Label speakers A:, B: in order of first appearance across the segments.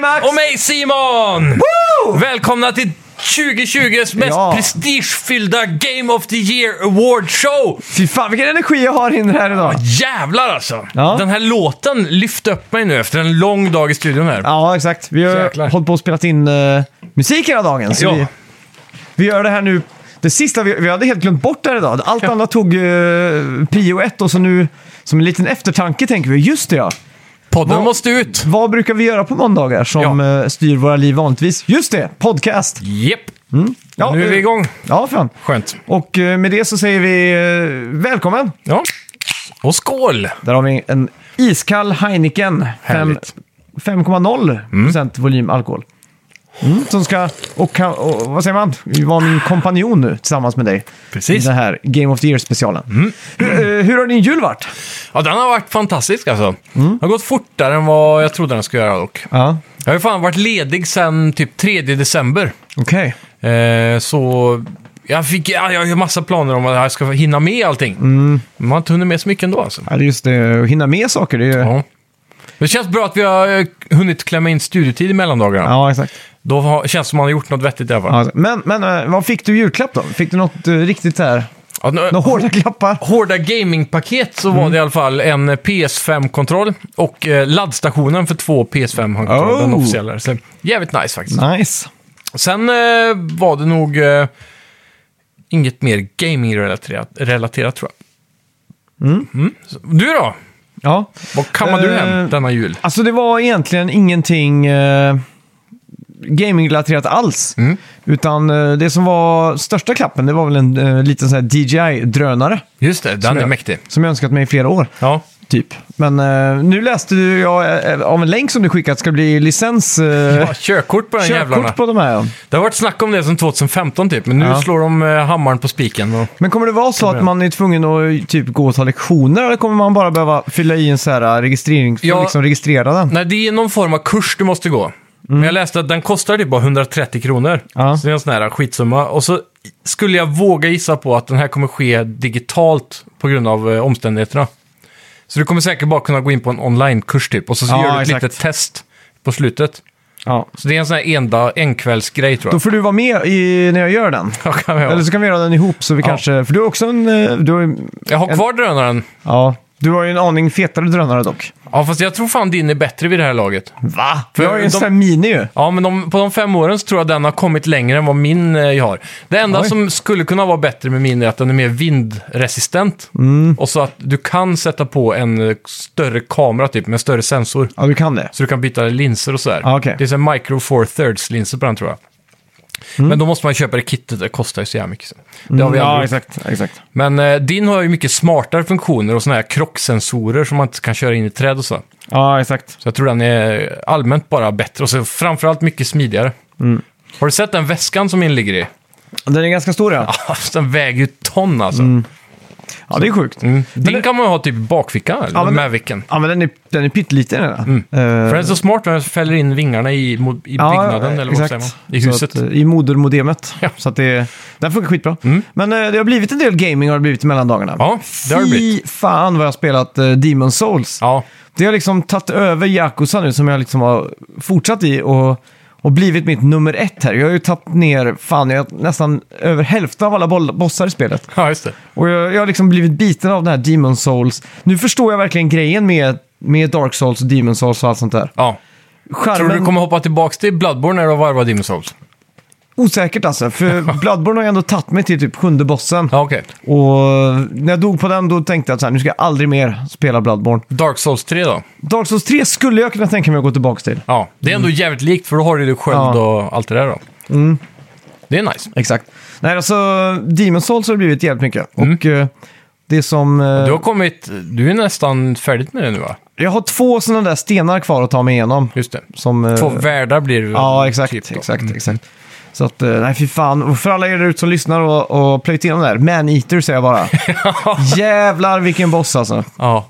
A: Max!
B: Och mig Simon!
A: Woo!
B: Välkomna till 2020s mest
A: Ja.
B: prestigefyllda Game of the Year Award Show!
A: Fy fan vilken energi jag har in här idag.
B: Jävlar alltså!
A: Ja.
B: Den här låten lyfte upp mig nu efter en lång dag i studion här.
A: Ja, exakt. Vi har
B: Jäklar.
A: hållit på och spelat in eh, musik hela dagen. Så
B: Ja.
A: vi, vi gör det här nu. Det sista, vi, vi hade helt glömt bort det här idag. Allt annat tog uh, prio ett och så nu som en liten eftertanke tänker vi, just det ja.
B: Podden
A: Vad-
B: måste ut!
A: Vad brukar vi göra på måndagar som eh, styr våra liv vanligtvis? Just det, podcast!
B: Jep.
A: Ja,
B: nu är vi
A: eh,
B: igång.
A: Ja, fan.
B: Skönt.
A: Och eh, med det så säger vi eh, välkommen!
B: Ja. Och skål!
A: Där har vi en iskall Heineken. Fem-
B: Härligt.
A: 5,0 procent volym alkohol. Mm, som ska, och, kan- och vad säger man, vara min kompanjon nu tillsammans med dig.
B: Precis.
A: I den här Game of the Year-specialen. Hur, eh, hur har din jul varit?
B: Ja, den har varit fantastisk alltså.
A: Mm.
B: Den har gått fortare än vad jag trodde den skulle göra dock.
A: Ja,
B: Jag har ju fan varit ledig sedan typ 3 december.
A: okej.
B: Eh, så jag, fick, ja, jag har ju massa planer om att jag ska hinna med allting. Mm. Man har inte hunnit med så mycket ändå alltså.
A: Ja, det är just det, att hinna med saker. Det är ju...
B: Ja. Det känns bra att vi har eh, hunnit klämma in studietid i mellandagarna.
A: Ja, exakt.
B: Då har, känns det som man har gjort något vettigt i alla fall.
A: Ja, exakt. men men eh, vad fick du i julklapp då? Fick du något eh, riktigt så här,
B: Ja, nu-
A: några hårda klappar?
B: hårda gamingpaket så var det i alla fall en PS5-kontroll och eh, laddstationen för två PS5-kontroller, den
A: Oh.
B: officiella. Så, jävligt nice faktiskt.
A: Nice.
B: Sen eh, var det nog eh, inget mer gaming-relaterat relaterat, tror jag.
A: Mm.
B: Så, Du då?
A: Ja.
B: Vad kammade du
A: Eh,
B: hem denna jul?
A: Alltså det var egentligen ingenting eh, gaming-relaterat alls.
B: Mm.
A: Utan eh, det som var största klappen, det var väl en eh, liten sån här DJI-drönare.
B: Just det, den
A: som
B: är
A: jag-
B: mäktig.
A: Som jag önskat mig i flera år,
B: Ja.
A: typ. Men eh, nu läste ju jag eh, av en länk som du skickat ska bli licens... Eh,
B: Ja, körkort på den jävlarna.
A: Körkort på de här.
B: Det har varit snack om det sedan 2015 typ, men nu
A: Ja.
B: slår de eh, hammaren på spiken. Och...
A: Men kommer det vara så att man är tvungen att typ gå och ta lektioner eller kommer man bara behöva fylla i en så här registrering, för
B: Ja.
A: att liksom registrera den?
B: Nej, det är någon form av kurs du måste gå. Men jag läste att den kostar typ bara 130 kronor.
A: Ja.
B: Så det är en sån här skitsumma. Och så skulle jag våga gissa på att den här kommer ske digitalt på grund av eh, omständigheterna. Så du kommer säkert bara kunna gå in på en online-kurs typ. Och så,
A: Ja,
B: gör du ett
A: exakt.
B: litet test på slutet.
A: Ja.
B: Så det är en sån här enda, enkvällsgrej tror
A: Då
B: jag.
A: får du vara med i, när jag gör den.
B: Ja, kan jag,
A: Eller så kan vi göra den ihop så vi
B: Ja.
A: kanske... För du har också en... eh, Du har, ju-
B: jag har kvar drönaren.
A: ja, du har ju en aning fetare drönare dock.
B: Ja, fast jag tror fan din är bättre vid det här laget.
A: Va?
B: För
A: jag har ju en
B: de-
A: sån här mini ju.
B: Ja, men de, på de fem åren så tror jag den har kommit längre än vad min eh, jag har. Det enda
A: Oj.
B: som skulle kunna vara bättre med min är att den är mer vindresistent.
A: Mm.
B: Och så att du kan sätta på en eh, större kamera typ, med större sensor.
A: Ja, du kan det.
B: Så du kan byta linser och sådär.
A: Ja, Ah, okej.
B: Det är så här micro four thirds linser på den tror jag. Men då måste man köpa det kittet, det kostar ju så jävla mycket. Det har vi aldrig
A: Mm. ja,
B: gjort.
A: exakt. exakt.
B: Men eh, din har ju mycket smartare funktioner och såna här krocksensorer som man inte kan köra in i träd och så.
A: Ja, exakt.
B: Så jag tror den är allmänt bara bättre och så framförallt mycket smidigare.
A: Mm.
B: Har du sett den väskan som min ligger i?
A: Den är ganska stor ja.
B: den väger ju ton alltså.
A: Ja, Mm. det är sjukt.
B: Mm. Din kan man ju ha typ i bakfickan, eller
A: Ja, men- Eh.
B: Mavicen.
A: Ja, men den är, den är pytteliten den. Mm.
B: För den är så smart när den fäller in vingarna i, mo- i byggnaden, eller vad säger man? I huset.
A: Att, eh, I modermodemet.
B: Ja.
A: Så att det, den funkar skitbra.
B: Mm.
A: Men eh, det har blivit en del gaming har det blivit mellan dagarna.
B: Ja, det har det blivit.
A: Fy fan vad jag har spelat eh, Demon Souls.
B: Ja,
A: Det har liksom tagit över Yakuza nu som jag liksom har fortsatt i och, och blivit mitt nummer ett här. Jag har ju tagit ner, fan, jag har nästan över hälften av alla boll- bossar i spelet.
B: ja just det.
A: Och jag, jag har liksom blivit biten av den här Demon Souls. Nu förstår jag verkligen grejen med, med Dark Souls och Demon Souls och allt sånt där.
B: Ja. Tror
A: Charmen,
B: du du kommer hoppa tillbaka till Bloodborne när du har varvat Demon's Souls?
A: osäkert alltså, för Bloodborne har ju ändå tagit mig till typ sjunde bossen.
B: Ja, okej.
A: Och när jag dog på den då tänkte jag att så här, nu ska jag aldrig mer spela Bloodborne.
B: Dark Souls 3 då?
A: Dark Souls 3 skulle jag kunna tänka mig att gå tillbaka till.
B: Ja, det är ändå jävligt likt för då har du ju sköld
A: Mm. Ja. Mm.
B: och allt det där då. Det är nice.
A: Exakt. Nej, alltså Demon Souls har det blivit jävligt mycket.
B: Mm.
A: Och eh, det som... eh,
B: Du har kommit, du är nästan färdigt med det nu va?
A: Jag har två sådana där stenar kvar att ta mig igenom.
B: Just det.
A: Som, eh,
B: Två världar blir det
A: Ja, exakt.
B: typ då.
A: exakt, exakt. Så att, eh, nej fy fan. Och för alla er där ute som lyssnar och, och plöjt igenom det här, Man-Eater säger jag bara. Jävlar vilken boss alltså.
B: Ja.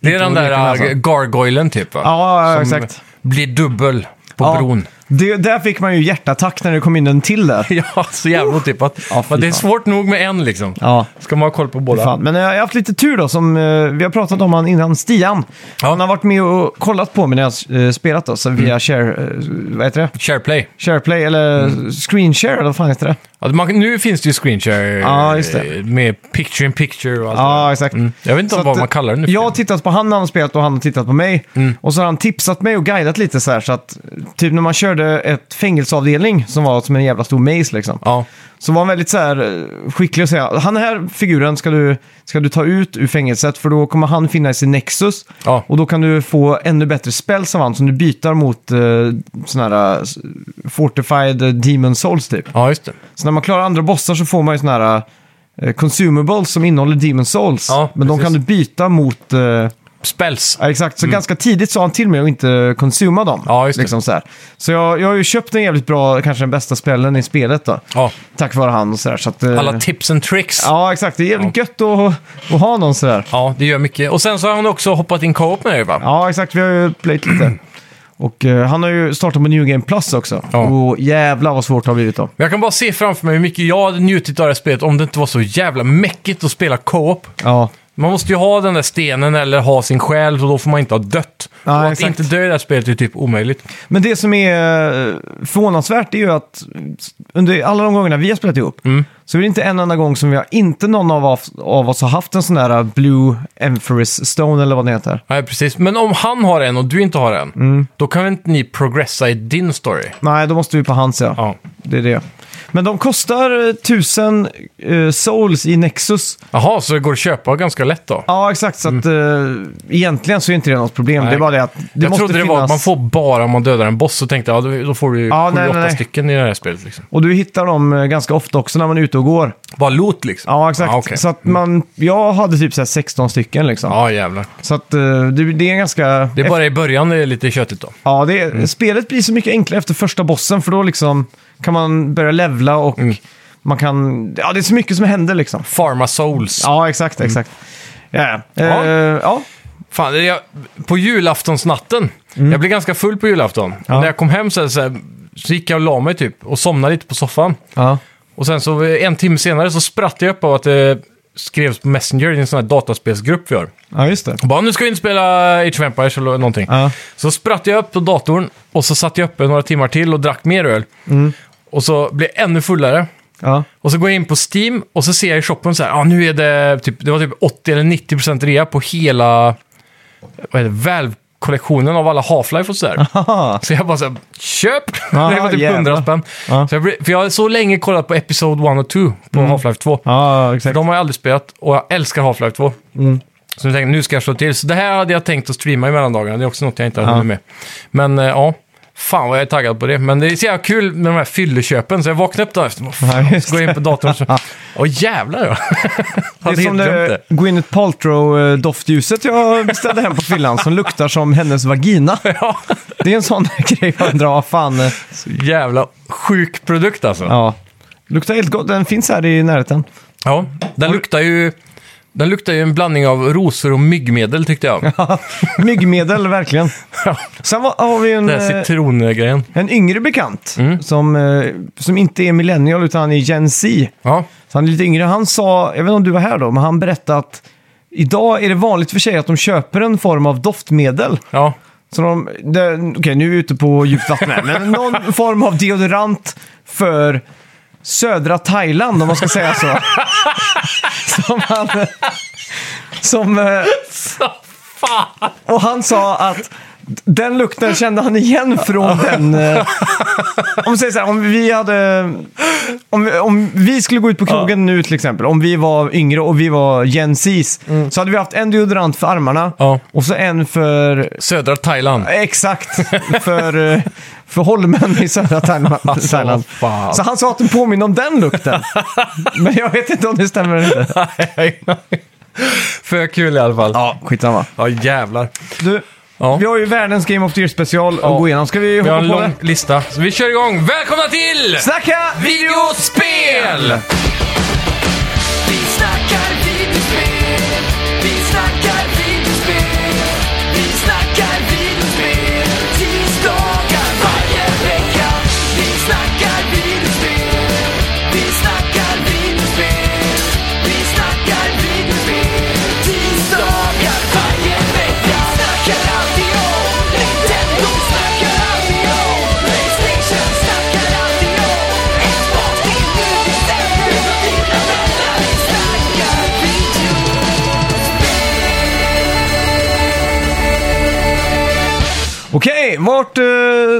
B: Det är den
A: Inte
B: där
A: att leka med, alltså.
B: gargoylen typ va?
A: Ja, ja,
B: Som
A: exakt.
B: blir dubbel på
A: Ja,
B: bron.
A: Det, där fick man ju hjärtattack när det kom in en till där.
B: ja, så jävla otippat.
A: Ja, fy
B: Men det är
A: fan.
B: svårt nog med en liksom.
A: Ja,
B: Ska man ha koll på båda?
A: fan. Men jag har haft lite tur då, som eh, vi har pratat om han innan, Stian.
B: Ja. Mm.
A: Han har varit med och kollat på mig när jag eh, spelat då, så via share, eh, vad heter det?
B: SharePlay.
A: SharePlay eller
B: Mm.
A: screen share, eller vad fan heter det?
B: Ja, man, nu finns det ju screenshare
A: Ja, just det.
B: eh, med picture in picture och allt det där.
A: Ja, exakt.
B: Mm. Jag vet inte
A: Så
B: vad
A: att,
B: man kallar det nu. för
A: Jag har
B: tiden. Mm.
A: tittat på han när han har spelat och han har tittat på mig. Och så har han tipsat mig och guidat lite så här. Så att, typ när man körde ett fängelseavdelning som var som en jävla stor maze liksom.
B: ja.
A: Så var han väldigt så här eh, skicklig att säga, han här figuren ska du, ska du ta ut ur fängelset för då kommer han finnas i Nexus.
B: Ja.
A: Och då kan du få ännu bättre spells av han som du byter mot eh, sådana här eh, fortified eh, demon souls typ.
B: ja, just det.
A: Så när man klarar andra bossar så får man ju såna här eh, consumables som innehåller Demon Souls.
B: Ja,
A: men de
B: precis.
A: kan du byta mot... eh,
B: Spells.
A: ja, exakt, så ganska tidigt sa han till mig att inte konsuma dem.
B: Ja, just det.
A: liksom så här. så jag, jag har ju köpt en jävligt bra, kanske den bästa spellen i spelet då.
B: Ja.
A: Tack vare han och sådär. Så att, eh,
B: Alla tips and tricks. Ja.
A: Ja, exakt. Det är jävligt gött att, att ha någon sådär.
B: det gör mycket. Och sen så har han också hoppat in co-op med dig va?
A: Ja, exakt. Vi har ju playt lite. Och eh, han har ju startat på New Game Plus också.
B: Ja.
A: Och jävlar vad svårt det har blivit då.
B: Men Jag kan bara se framför mig hur mycket jag hade njutit av det här spelet om det inte var så jävla mäckigt att spela co-op.
A: Ja,
B: Man måste ju ha den där stenen eller ha sin själ, så då får man inte ha dött.
A: Ja,
B: och att
A: exakt.
B: inte dö i det här spelet är typ omöjligt.
A: Men det som är eh, förvånansvärt är ju att under alla de gångerna vi har spelat ihop så är det inte en enda gång som vi har, inte någon av oss, av oss har haft en sån där eh, Blue Emphorus Stone eller vad den heter.
B: Nej, precis. Men om han har en och du inte har en,
A: Mm.
B: då kan väl inte ni progressa i din story?
A: Nej, då måste vi på hans ja.
B: Ja.
A: Det är det. Men de kostar eh, 1000 eh, souls i Nexus.
B: Jaha, så det går att köpa ganska lätt då?
A: Ja, exakt. Så att, eh, egentligen så är inte det något problem.
B: Nej.
A: Det är bara det att det
B: jag
A: måste
B: trodde det
A: finnas...
B: var att man får bara om man dödar en boss, så tänkte jag ja, då- då får du ju
A: Ja,
B: sju,
A: nej, nej,
B: åtta
A: nej.
B: stycken i det här spelet. Liksom.
A: Och du hittar dem eh, ganska ofta också när man är ute och går.
B: Bara loot liksom?
A: Ja, exakt.
B: Ja, okej.
A: Så att man... Jag hade typ så här 16 stycken liksom.
B: ja jävlar.
A: Så att eh, det, det Mm. är ganska...
B: Det är bara i början det är lite köttigt då.
A: Ja, det är, spelet blir så mycket enklare efter första bossen för då liksom kan man börja levla och man kan... Ja, det är så mycket som händer liksom.
B: Pharma Souls.
A: Ja, exakt, exakt. Ja, ja.
B: Ja.
A: Eh, ja.
B: Fan, det är jag, på julaftonsnatten. Jag blev ganska full på julafton.
A: Mm. Ja.
B: Och när jag kom hem så, här, så, här, så gick jag och la mig typ och somnade lite på soffan.
A: ja.
B: Och sen så eh, en timme senare så spratt jag upp av att det skrevs på Messenger i en sån här dataspelsgrupp vi har.
A: Ja, just det.
B: Och bara, nu ska vi inte spela Age of Empires eller någonting.
A: Ja.
B: Så spratt jag upp på datorn och så satt jag uppe några timmar till och drack mer öl.
A: Mm.
B: Och så blev jag ännu fullare.
A: Ja.
B: Och så går jag in på Steam och så ser jag i shoppen så här, ah, nu är det typ, det var typ 80 eller 90 procent rea på hela, vad är det, Valve-kollektionen av alla Half-Life och sådär.
A: Haha.
B: Så jag bara så här, köp!
A: Ah,
B: det var typ
A: jävlar. Ah.
B: 100 spänn.
A: Ja.
B: Så jag, blev- för jag har så länge kollat på Episode 1 och 2 på
A: Mm.
B: Half-Life 2.
A: Ja, exakt.
B: De har jag aldrig spelat och jag älskar Half-Life 2. Så jag tänkte, nu ska jag slå till. Så det här hade jag tänkt att streama i mellandagarna. Det är också något jag inte har
A: Ja.
B: hunnit med. Men eh, ja, fan vad jag är taggad på det. Men det är så jävla kul med de här fylleköpen. Så jag vaknade upp dagen efter. Vad fan,
A: Ja, just
B: så går jag in på datorn och så... Åh jävlar ja.
A: Det är
B: Hade
A: som
B: helt glömt det.
A: det Gwyneth Paltrow-doftljuset jag beställde hem på fyllan som luktar som hennes vagina.
B: Ja,
A: Det är en sån grej man drar. Fan. eh,
B: så jävla sjuk produkt alltså. Ja,
A: Ja. Luktar helt gott. Den finns här i närheten.
B: den luktar ju... Den luktar ju en blandning av rosor och myggmedel tyckte jag.
A: Myggmedel, verkligen.
B: Ja.
A: Sen var, har vi en,
B: Den här
A: eh,
B: citrongrejen.
A: en yngre bekant som, eh, som inte är millennial utan han är Gen Z.
B: Ja.
A: Så han är lite yngre. Han sa, jag vet inte om du var här då, men han berättade att idag är det vanligt för sig att de köper en form av doftmedel.
B: ja.
A: Så de, det- okej nu är vi ute på djupt vatten här, men någon form av deodorant för södra Thailand om man ska säga så. som han... eh, Som... eh,
B: Fan!
A: Och han sa att den lukten kände han igen från den... Eh, om, vi säger så här, om vi hade... Om, vi- om vi skulle gå ut på krogen nu till exempel, om vi var yngre och vi var Gen Z's, så hade vi haft en deodorant för armarna
B: Mm. Ja.
A: och så en för...
B: Södra Thailand.
A: Exakt, för, eh, för Holmen i södra Thailand. Thailand.
B: Alltså, fan.
A: Så han sa att den påminner om den lukten. Men jag vet inte om det stämmer eller inte.
B: För kul i alla fall. Ja,
A: Skitsamma.
B: jävlar.
A: Du,
B: Ja.
A: vi har ju världens Game of the Year special att gå igenom. Ska vi
B: Vi
A: hoppa
B: har en
A: på
B: lång
A: det?
B: lista. Så vi kör igång. Välkomna till
A: Snacka!
B: videospel!
C: Vi snackar videospel, vi snackar videospel, vi snackar videospel, tisdagar varje vecka.
A: Okej, vart eh,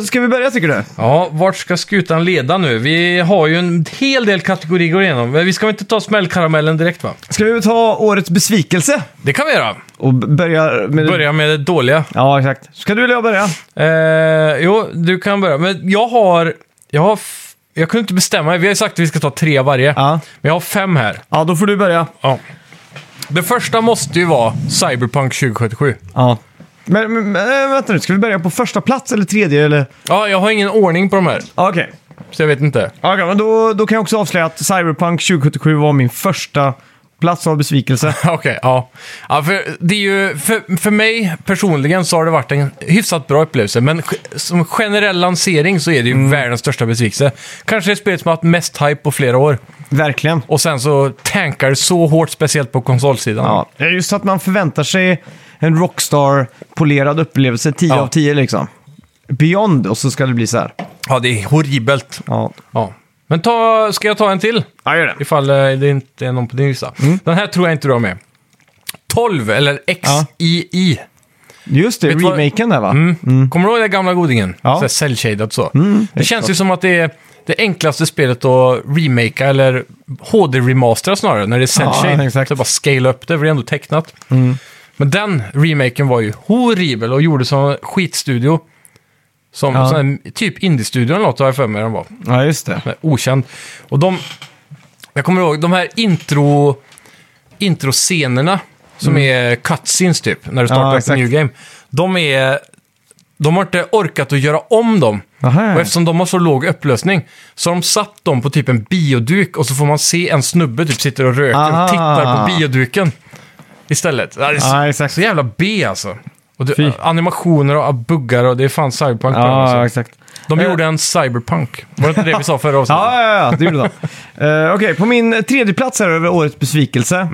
A: ska vi börja tycker du?
B: Ja, vart ska skutan leda nu? Vi har ju en hel del kategorier att gå igenom. Men vi ska väl inte ta smällkaramellen direkt va?
A: Ska vi ta årets besvikelse?
B: Det kan vi göra.
A: Och b- börja med...
B: Börja med det dåliga.
A: Ja, exakt. Ska du eller jag börja?
B: Eh, jo, du kan börja. Men jag har... Jag har... f- Jag kunde inte bestämma. mig. Vi har ju sagt att vi ska ta tre av varje.
A: Ja.
B: Men jag har fem här.
A: Ja, då får du börja.
B: Ja. Det första måste ju vara Cyberpunk 2077.
A: Ja. Men, men, men vänta nu, ska vi börja på första plats eller tredje eller?
B: Ja, jag har ingen ordning på de här,
A: Ja, Okej.
B: så jag vet inte.
A: Ja, Okej, men då, då kan jag också avslöja att Cyberpunk 2077 var min första plats av besvikelse.
B: Okej, ja. ja för, det är ju, för, för mig personligen så har det varit en hyfsat bra upplevelse, men ge- som generell lansering så är det ju
A: Mm.
B: världens största besvikelse. Kanske det spelet som har haft mest hype på flera år,
A: Verkligen.
B: och sen så tankar det så hårt, speciellt på konsolsidan.
A: Ja, det är just att man förväntar sig en Rockstar-polerad upplevelse 10
B: Ja.
A: av 10 liksom. Beyond, och så ska det bli så här.
B: Ja, det är horribelt.
A: Ja,
B: Ja. Men ta, ska jag ta en till?
A: ja gör det.
B: Ifall eh, det inte är någon på din lista. Den här tror jag inte du har med. 12, eller
A: Mm. Ja.
B: XII.
A: Just det,
B: Vet du vad-
A: remaken där va?
B: Mm. Kommer du ihåg den gamla godingen?
A: Ja. Mm.
B: Ja. Så cell-shaded så. det känns ju som att det är det enklaste spelet att remakea eller HD-remastera snarare när det är cell-shaded.
A: Ja, exakt. Mm.
B: så bara scale upp det, för det är ändå tecknat. Men den remaken var ju horribel och gjordes av en skitstudio. Som
A: Ja.
B: sån här, typ indie-studio eller något har jag för mig den var.
A: Ja, just det.
B: Nej, Okänd. Och de... Jag kommer ihåg de här intro... Introscenerna som är cutscenes typ, när du startar
A: Mm. Ja,
B: upp en
A: exakt.
B: new game. De är... De har inte orkat att göra om dem.
A: Aha.
B: Och eftersom de har så låg upplösning så har de satt dem på typ en bioduk och så får man se en snubbe typ sitter och röker
A: Ah.
B: och tittar på bioduken istället. Ja, Det är så,
A: Ja, exakt.
B: så jävla B alltså. Och
A: Fy.
B: det, animationer och buggar och det är fan cyberpunk. där, alltså.
A: Ja, exakt.
B: De
A: Eh.
B: gjorde en cyberpunk. Var det inte det vi sa förra avsnittet?
A: Ja, ja, ja, det gjorde de. Eh, Okej, på min tredje plats här över årets besvikelse.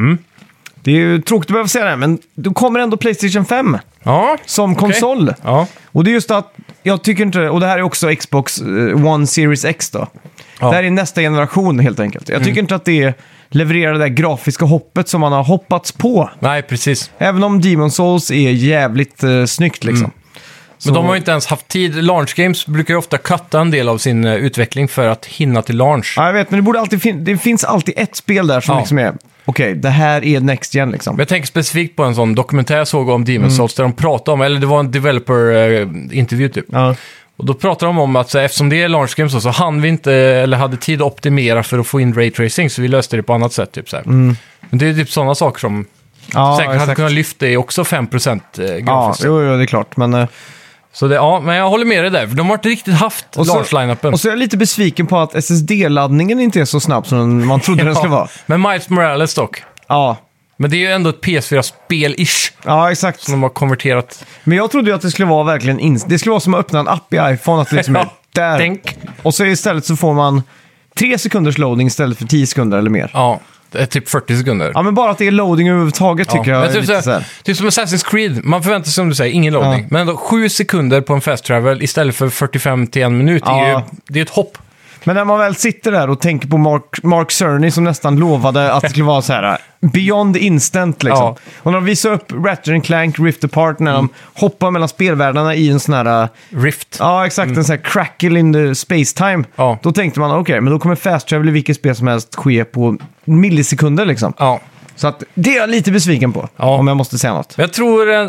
A: Det är ju tråkigt att behöva säga det, här, men då kommer ändå Playstation 5
B: Ja.
A: som konsol.
B: Ja.
A: Och det är just att jag tycker inte, och det här är också Xbox eh, One Series X då.
B: Ja. Mm.
A: Det här är nästa generation helt enkelt. Jag tycker inte att det levererar det där grafiska hoppet som man har hoppats på.
B: Nej, precis.
A: Även om Demon Souls är jävligt uh, snyggt liksom.
B: Mm. Men de har ju inte ens haft tid. Launch Games brukar ju ofta katta en del av sin eh, utveckling för att hinna till launch.
A: Ja, jag vet, men det, borde alltid fin- det finns alltid ett spel där som
B: Ja.
A: liksom är, okej, det här är Next Gen liksom.
B: Men jag tänker specifikt på en sån dokumentär jag såg om Demon's
A: Mm.
B: Souls där de pratade om, eller det var en developer-intervju typ.
A: Ja.
B: Och då pratade de om att så, här, eftersom det är launch games så, så hann vi inte, eller hade tid att optimera för att få in ray tracing, så vi löste det på annat sätt. Typ, så här. Men det är typ sådana saker som
A: Mm. Ja,
B: säkert hade
A: exakt.
B: kunnat lyfta i också 5% eh,
A: Ja,
B: grafiskt.
A: jo, jo, det är klart. Men, eh,
B: så det, ja, men jag håller med dig där, för de har inte riktigt haft
A: så-
B: launch-lineupen.
A: och så är jag lite besviken på att SSD-laddningen inte är så snabb som den- man trodde den skulle vara.
B: Men Miles Morales dock.
A: Ja,
B: Men det är ju ändå ett PS4-spel-ish
A: ja exakt.
B: som de har konverterat.
A: Men jag trodde ju att det skulle vara verkligen ins- Det skulle vara som att öppna en app i iPhone, att det liksom är
B: Ja,
A: där.
B: tänk.
A: Och så istället så får man tre sekunders loading istället för tio sekunder eller mer. Ja,
B: Ja, det är typ 40 sekunder.
A: men bara att det är loading överhuvudtaget
B: Ja.
A: tycker jag
B: Men
A: är
B: typ,
A: lite så
B: såhär,
A: här.
B: typ som Assassin's Creed, man förväntar sig som du säger, ingen loading.
A: Ja.
B: Men ändå 7 sekunder på en fast travel istället för 45 till en minut, det är ju
A: Ja.
B: det är ett hopp.
A: Men när man väl sitter där och tänker på Mark, Mark Cerny som nästan lovade att det skulle vara så här beyond instant liksom.
B: Ja. Mm.
A: Och när de visar upp Ratchet and Clank Rift Apart när de hoppar mellan spelvärldarna i en sån här, eh,
B: Rift.
A: ja exakt, en sån här crackle in the space time.
B: Mm. Ja.
A: Då tänkte man okej, men då kommer fast travel i vilket spel som helst ske på millisekunder liksom.
B: Ja.
A: Så att det är jag lite besviken på,
B: Ja.
A: om jag måste säga något.
B: Men Jag tror eh,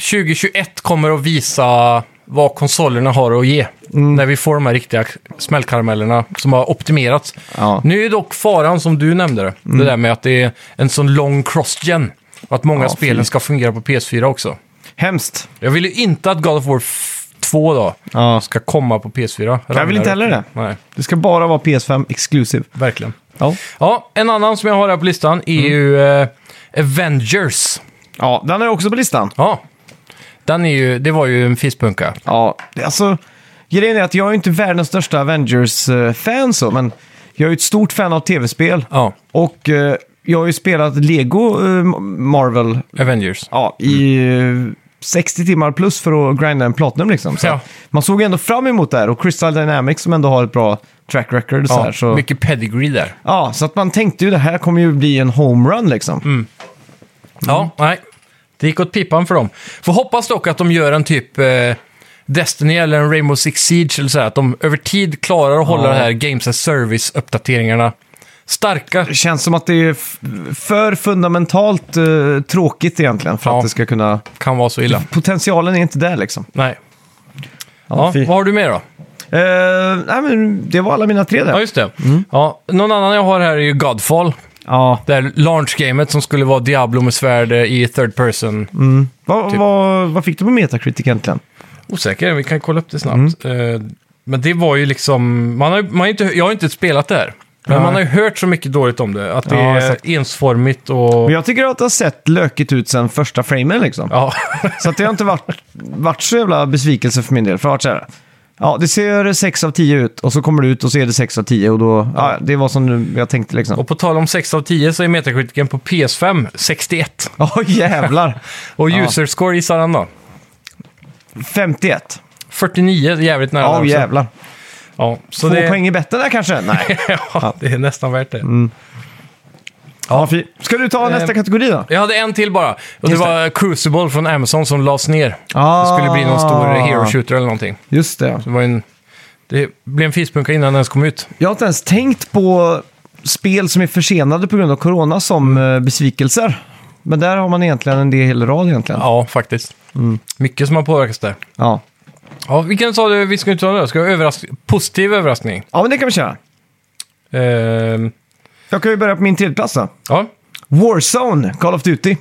B: 2021 kommer att visa vad konsolerna har att ge.
A: Mm.
B: När vi får de här riktiga smällkaramellerna som har optimerats.
A: Ja. Mm.
B: Nu är dock faran som du nämnde det. Det där med att det är en sån lång cross-gen. Och att många
A: Ja,
B: spelen
A: fy.
B: ska fungera på PS4 också.
A: Hemskt.
B: Jag vill ju inte att God of War f- 2 då
A: Ja.
B: ska komma på PS4.
A: Jag vill inte heller
B: Ragnarök.
A: det.
B: Nej,
A: Det ska bara vara PS5 exclusive.
B: verkligen.
A: Ja.
B: Ja, en annan som jag har här på listan är
A: Mm.
B: ju eh, Avengers.
A: ja, den är också på listan.
B: Ja. Den är ju, det var ju en fispunka.
A: Ja, det- alltså grejen är att jag är inte världens största Avengers-fan så, men jag är ju ett stort fan av tv-spel.
B: Ja,
A: Och eh, jag har ju spelat Lego eh, Marvel
B: Avengers.
A: ja, i eh, 60 timmar plus för att grinda en platinum liksom. Så
B: Ja.
A: att man såg ändå fram emot det här och Crystal Dynamics som ändå har ett bra track record. och så här, så... Mm.
B: Mycket pedigree där.
A: Ja, så att man tänkte ju det här kommer ju bli en homerun liksom.
B: Mm. Ja, nej. Det gick åt pipan för dem. Får hoppas dock att de gör en typ eh, Destiny eller en Rainbow Six Siege eller så här, att de över tid klarar att hålla de här Games as Service-uppdateringarna starka.
A: Det känns som att det är f- för fundamentalt eh, tråkigt egentligen för
B: Ja.
A: att det ska kunna...
B: Kan vara så illa.
A: Potentialen är inte där liksom.
B: Nej. Ja,
A: fy.
B: vad har du med då?
A: Eh, nej, men det var alla mina tre där.
B: Ja, just det.
A: Mm.
B: Ja, någon annan jag har här är ju Godfall.
A: Ja.
B: Det här launch-gamet som skulle vara Diablo med svärd eh, i third person.
A: Vad,
B: Typ.
A: vad, vad fick du på Metacritic egentligen?
B: Osäker, vi kan kolla upp det snabbt.
A: Mm.
B: Eh, men det var ju liksom... Man har, ju- man har ju inte, jag har ju inte spelat det här. Men
A: Nej.
B: man har ju hört så mycket dåligt om det. Att det
A: Ja,
B: är
A: exakt.
B: ensformigt och...
A: Men jag tycker att det har sett lökigt ut sen första framen liksom.
B: Ja,
A: Så att det har inte varit, varit så jävla besvikelse för min del. För jag har varit så här, ja, det ser 6 av 10 ut och så kommer du ut och så är det 6 av 10 och då, ja, det var som jag tänkte liksom.
B: och på tal om 6 av 10 så är Metacriticen på PS5 61.
A: Ja, jävlar!
B: Och
A: Ja.
B: user score gissar han då?
A: 51.
B: 49, jävligt nära.
A: Ja,
B: också.
A: jävlar.
B: Ja, så
A: Två
B: det,
A: poäng Mm. i betten där kanske? Nej.
B: ja, det är nästan värt det.
A: Ja, fy. Ska du ta nästa kategori då?
B: Jag hade en till bara. Och det
A: Just
B: var Crucible från Amazon som lades ner. Det
A: Ah.
B: skulle bli någon stor hero shooter eller någonting.
A: Just det.
B: Det, var en, det blev en fispunka innan den ens kom ut.
A: Jag har inte ens tänkt på spel som är försenade på grund av corona som eh, besvikelser. Men där har man egentligen en del rad egentligen. Ja.
B: Ja, faktiskt.
A: Mm.
B: Mycket som har påverkats där.
A: ja.
B: Ja, vilken sa du vi ska inte ta nu? Ska vi överras- positiv överraskning?
A: men det kan vi köra.
B: Ehm,
A: Jag kan ju börja på min tredje plats då.
B: ja.
A: Warzone, Call of Duty.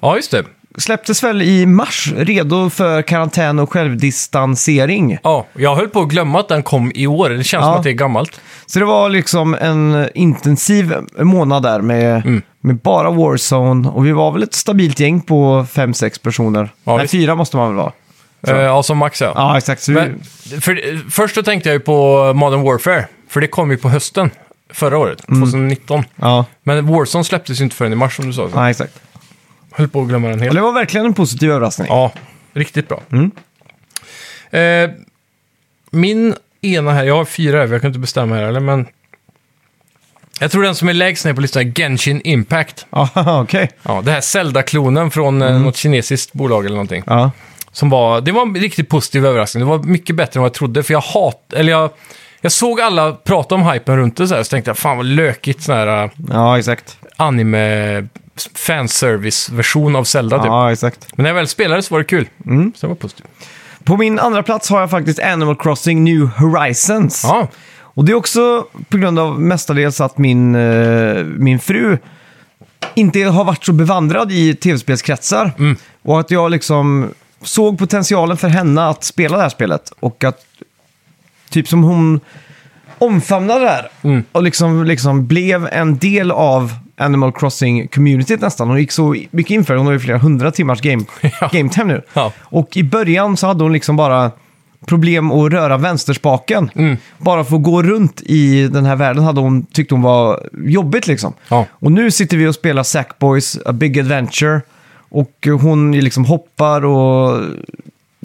B: ja, just det.
A: Släpptes väl i mars, redo för karantän och självdistansering.
B: Ja, jag höll på att glömma att den kom i år. Det känns
A: Ja.
B: som att det är gammalt.
A: Så det var liksom en intensiv månad där med,
B: Mm.
A: med bara Warzone. Och vi var väl ett stabilt gäng på fem sex personer.
B: Ja,
A: Nej,
B: visst.
A: fyra måste man väl vara.
B: Eh, ja, som Max ja.
A: Ja, exakt. Så vi,
B: Men, för, först då tänkte jag ju på Modern Warfare. För det kom ju på hösten förra året, 2019.
A: Mm. ja,
B: Men Warzone släpptes ju inte förrän i mars som du sa.
A: ja, exakt.
B: Höll på att glömma den
A: Ja,
B: helt.
A: det var verkligen en positiv överraskning.
B: Ja, riktigt bra. Eh, min ena här, jag har fyra över, jag kan inte bestämma här eller, men... Jag tror den som är lägst ner på listan är Genshin Impact.
A: Ja, okej.
B: Ja, det här Zelda-klonen från mm. något kinesiskt bolag eller någonting.
A: Ja.
B: Som var, det var en riktigt positiv överraskning. Det var mycket bättre än vad jag trodde, för jag hat... Eller jag, jag såg alla prata om hypen runt det så här, så tänkte jag fan vad lökigt sån här eh,
A: ja, exakt.
B: anime fanservice-version av Zelda typ.
A: Ja, exakt.
B: Men när jag väl spelade så var det kul. Så det var positivt.
A: På min andra plats har jag faktiskt Animal Crossing New Horizons.
B: Ja,
A: Och det är också på grund av mestadels att min, eh, min fru inte har varit så bevandrad i tv-spelskretsar.
B: Mm.
A: Och att jag liksom såg potentialen för henne att spela det här spelet. Och att typ som hon omfamnade det här.
B: Mm.
A: Och liksom, liksom blev en del av Animal Crossing-communityt nästan. Hon gick så mycket inför det. Hon har ju flera hundra timmars game,
B: Ja.
A: game time nu.
B: Ja.
A: Och i början så hade hon liksom bara problem att röra vänsterspaken.
B: Mm.
A: Bara för att gå runt i den här världen hade hon tyckt hon var jobbigt liksom.
B: Ja.
A: Och nu sitter vi och spelar Sackboys A Big Adventure. Och hon liksom hoppar och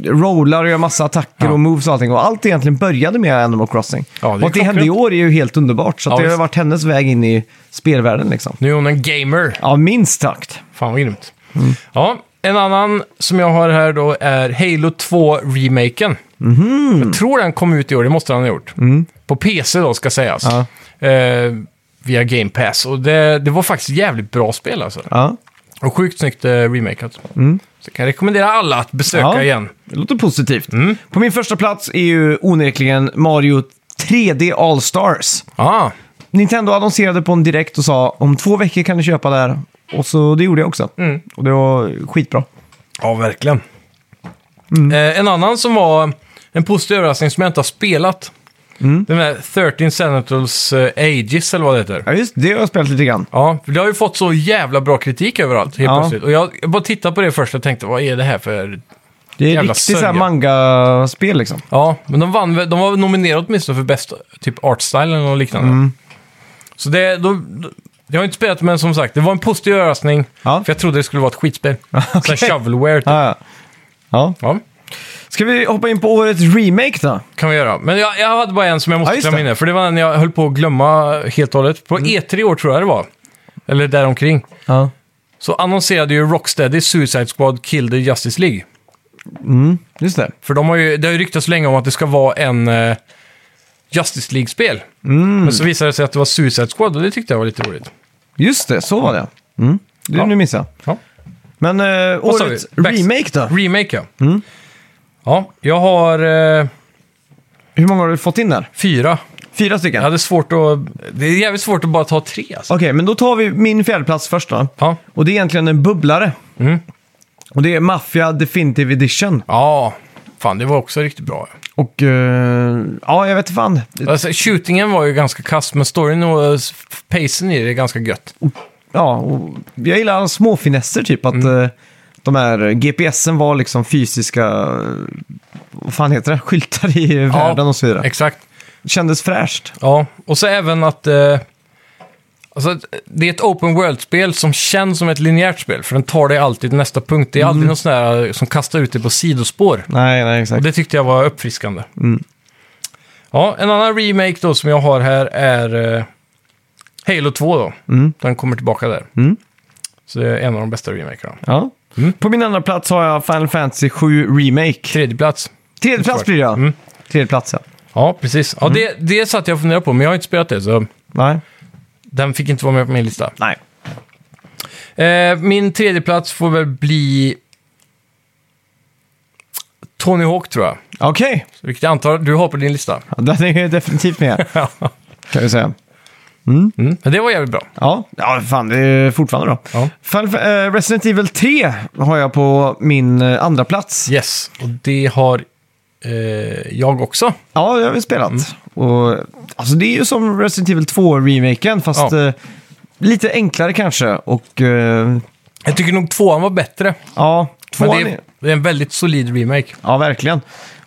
A: rollar och gör massa attacker
B: Ja.
A: och moves och allting. Och allt egentligen började med Animal Crossing.
B: Ja, det är
A: och att det hände i
B: klockrent.
A: år är ju helt underbart. Så att
B: Ja,
A: det har
B: visst.
A: varit hennes väg in i spelvärlden liksom.
B: nu är hon en gamer.
A: Ja, minst sagt.
B: Fan vad grymt. Ja, en annan som jag har här då är Halo 2-remaken. Jag tror den kom ut i år, det måste den ha gjort. På PC då, ska sägas. Eh, via Game Pass. Och det, det var faktiskt jävligt bra spel alltså.
A: Ja,
B: Och sjukt snyggt eh, remakat. Så jag kan rekommendera alla att besöka
A: Ja.
B: igen. Mm.
A: det låter positivt. På min första plats är ju onekligen Mario 3D All-Stars.
B: Ah,
A: Nintendo annonserade på en direkt och sa om två veckor kan ni köpa det här. Och så det gjorde jag också.
B: Mm.
A: Och det var skitbra.
B: ja, verkligen. Eh, en annan som var en positiv överraskning som jag inte har spelat. Den där 13 Senators eh, Aegis eller vad det heter.
A: Ja, just det. Det har jag spelat lite grann.
B: Ja, för det har ju fått så jävla bra kritik överallt helt
A: Ja.
B: plötsligt. Och jag, jag bara tittade på det först och tänkte, vad är det här för...
A: Det är
B: Jävla
A: riktigt så här
B: sörja.
A: manga-spel liksom.
B: Ja, men de vann väl- de var nominerade åtminstone för bäst typ artstyle eller något liknande.
A: Mm.
B: Så det, då, då, jag har inte spelat men som sagt, det var en positiv överraskning.
A: Ja.
B: För jag trodde det skulle vara ett skitspel. okay. Sån shovelware typ.
A: Ja, ja. ja.
B: Ja,
A: Ska vi hoppa in på årets remake då?
B: kan vi göra. Men jag, jag hade bara en som jag måste
A: Ja, just
B: glömma
A: det. Mm.
B: in här, för det var en jag höll på att glömma helt och hållet. På E3 i år tror jag det var. Eller däromkring.
A: Ja.
B: Så annonserade ju Rocksteady Suicide Squad Kill the Justice League.
A: Just det.
B: För de har ju, det har ju ryktats länge om att det ska vara en eh, Justice League-spel.
A: Mm.
B: Men så visade det sig att det var Suicide Squad och det tyckte jag var lite roligt.
A: Just det, så var det. Mm. Du,
B: Ja.
A: Nu missade
B: Ja.
A: Men eh,
B: Vad sa
A: årets
B: vi? Backs-
A: remake då? Mm.
B: Remake, ja. Ja, jag har eh,
A: Hur många har du fått in där?
B: fyra.
A: Fyra stycken?
B: Jag hade svårt att... Det är jävligt svårt att bara ta tre alltså.
A: Okej, men då tar vi min fjärdeplats först då.
B: Ja.
A: Och det är egentligen en bubblare. Och det är Mafia Definitive Edition.
B: ja, fan det var också riktigt bra. ja.
A: Och eh, ja, jag vet inte fan.
B: Alltså, shootingen var ju ganska kass, men storyn och eh, pacen i det är ganska gött.
A: Ja, och jag gillar alla små finesser typ. Att eh, de här GPSen var liksom fysiska, eh, vad fan heter det, skyltar i världen och så vidare.
B: Exakt.
A: Kändes fräscht.
B: Ja, och så även att... Eh, alltså, att det är ett open world-spel som känns som ett linjärt spel, för den tar dig alltid till nästa punkt. Det är aldrig någon sån här eh, som kastar ut dig på sidospår.
A: Nej, nej,
B: Och
A: exakt.
B: det tyckte jag var uppfriskande. Ja, en annan remake då som jag har här är eh, Halo 2 då. Den kommer tillbaka där. Så det är en av de bästa remakerna.
A: Ja. På min andra plats har jag Final Fantasy 7 Remake.
B: Tredje plats.
A: Tredje plats blir det ja. Tredje plats ja.
B: Ja, precis. Ja, det, det satt jag och funderade på, men jag har inte spelat det, så
A: Nej.
B: den fick inte vara med på min lista.
A: Nej.
B: Eh, min tredje plats får väl bli Tony Hawk, tror jag.
A: Okej,
B: Vilket jag antar du har på din lista.
A: Ja, den är ju definitivt med. kan vi säga.
B: Mm. Men det var jävligt bra.
A: Ja, ja fan det är fortfarande då.
B: Ja.
A: Final, eh, Resident Evil 3 har jag på min eh, andra plats.
B: Yes, och det har eh, jag också.
A: Ja, det har vi spelat.
B: Mm.
A: Och, alltså det är ju som Resident Evil 2-remaken, fast
B: Ja.
A: eh, lite enklare kanske. Och eh,
B: Jag tycker nog tvåan var bättre.
A: ja,
B: Men
A: tvåan
B: det
A: är...
B: är, det är en väldigt solid remake.
A: Ja, verkligen.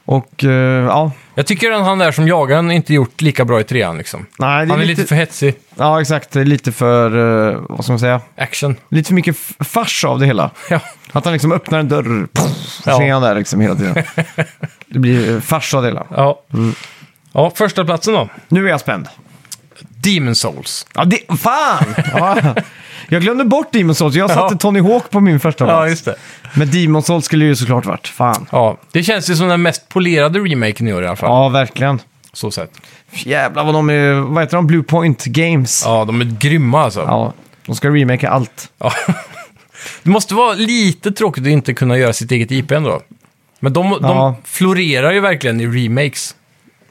A: Och eh, ja,
B: Jag tycker den han där som jagar den inte gjort lika bra i trean liksom.
A: nej, det är
B: Han är
A: lite,
B: lite för hetsig.
A: ja, exakt. det är Lite för, eh, vad ska man säga,
B: Action.
A: lite för mycket f- fars av det hela.
B: Ja.
A: Att han liksom öppnar en dörr, pff, så
B: Ja.
A: är han där liksom hela tiden. Det blir eh, fars av det hela.
B: Ja. ja, första platsen då.
A: Nu är jag spänd.
B: Demon Souls.
A: Ja, det, fan! Ja. Jag glömde bort Demon's Souls. Jag satte
B: Ja.
A: Tony Hawk på min första plats.
B: det.
A: Men Demon's Souls skulle ju såklart varit. Fan.
B: Ja, det känns ju som den mest polerade remaken i år i alla fall.
A: Ja, verkligen.
B: Så sett.
A: Jävlar vad de är... Vad heter de? Blue Point Games. Ja.
B: Ja, de är grymma alltså.
A: de ska remaka allt.
B: Ja. Det måste vara lite tråkigt att inte kunna göra sitt eget IP ändå. Men de,
A: Ja.
B: de florerar ju verkligen i remakes.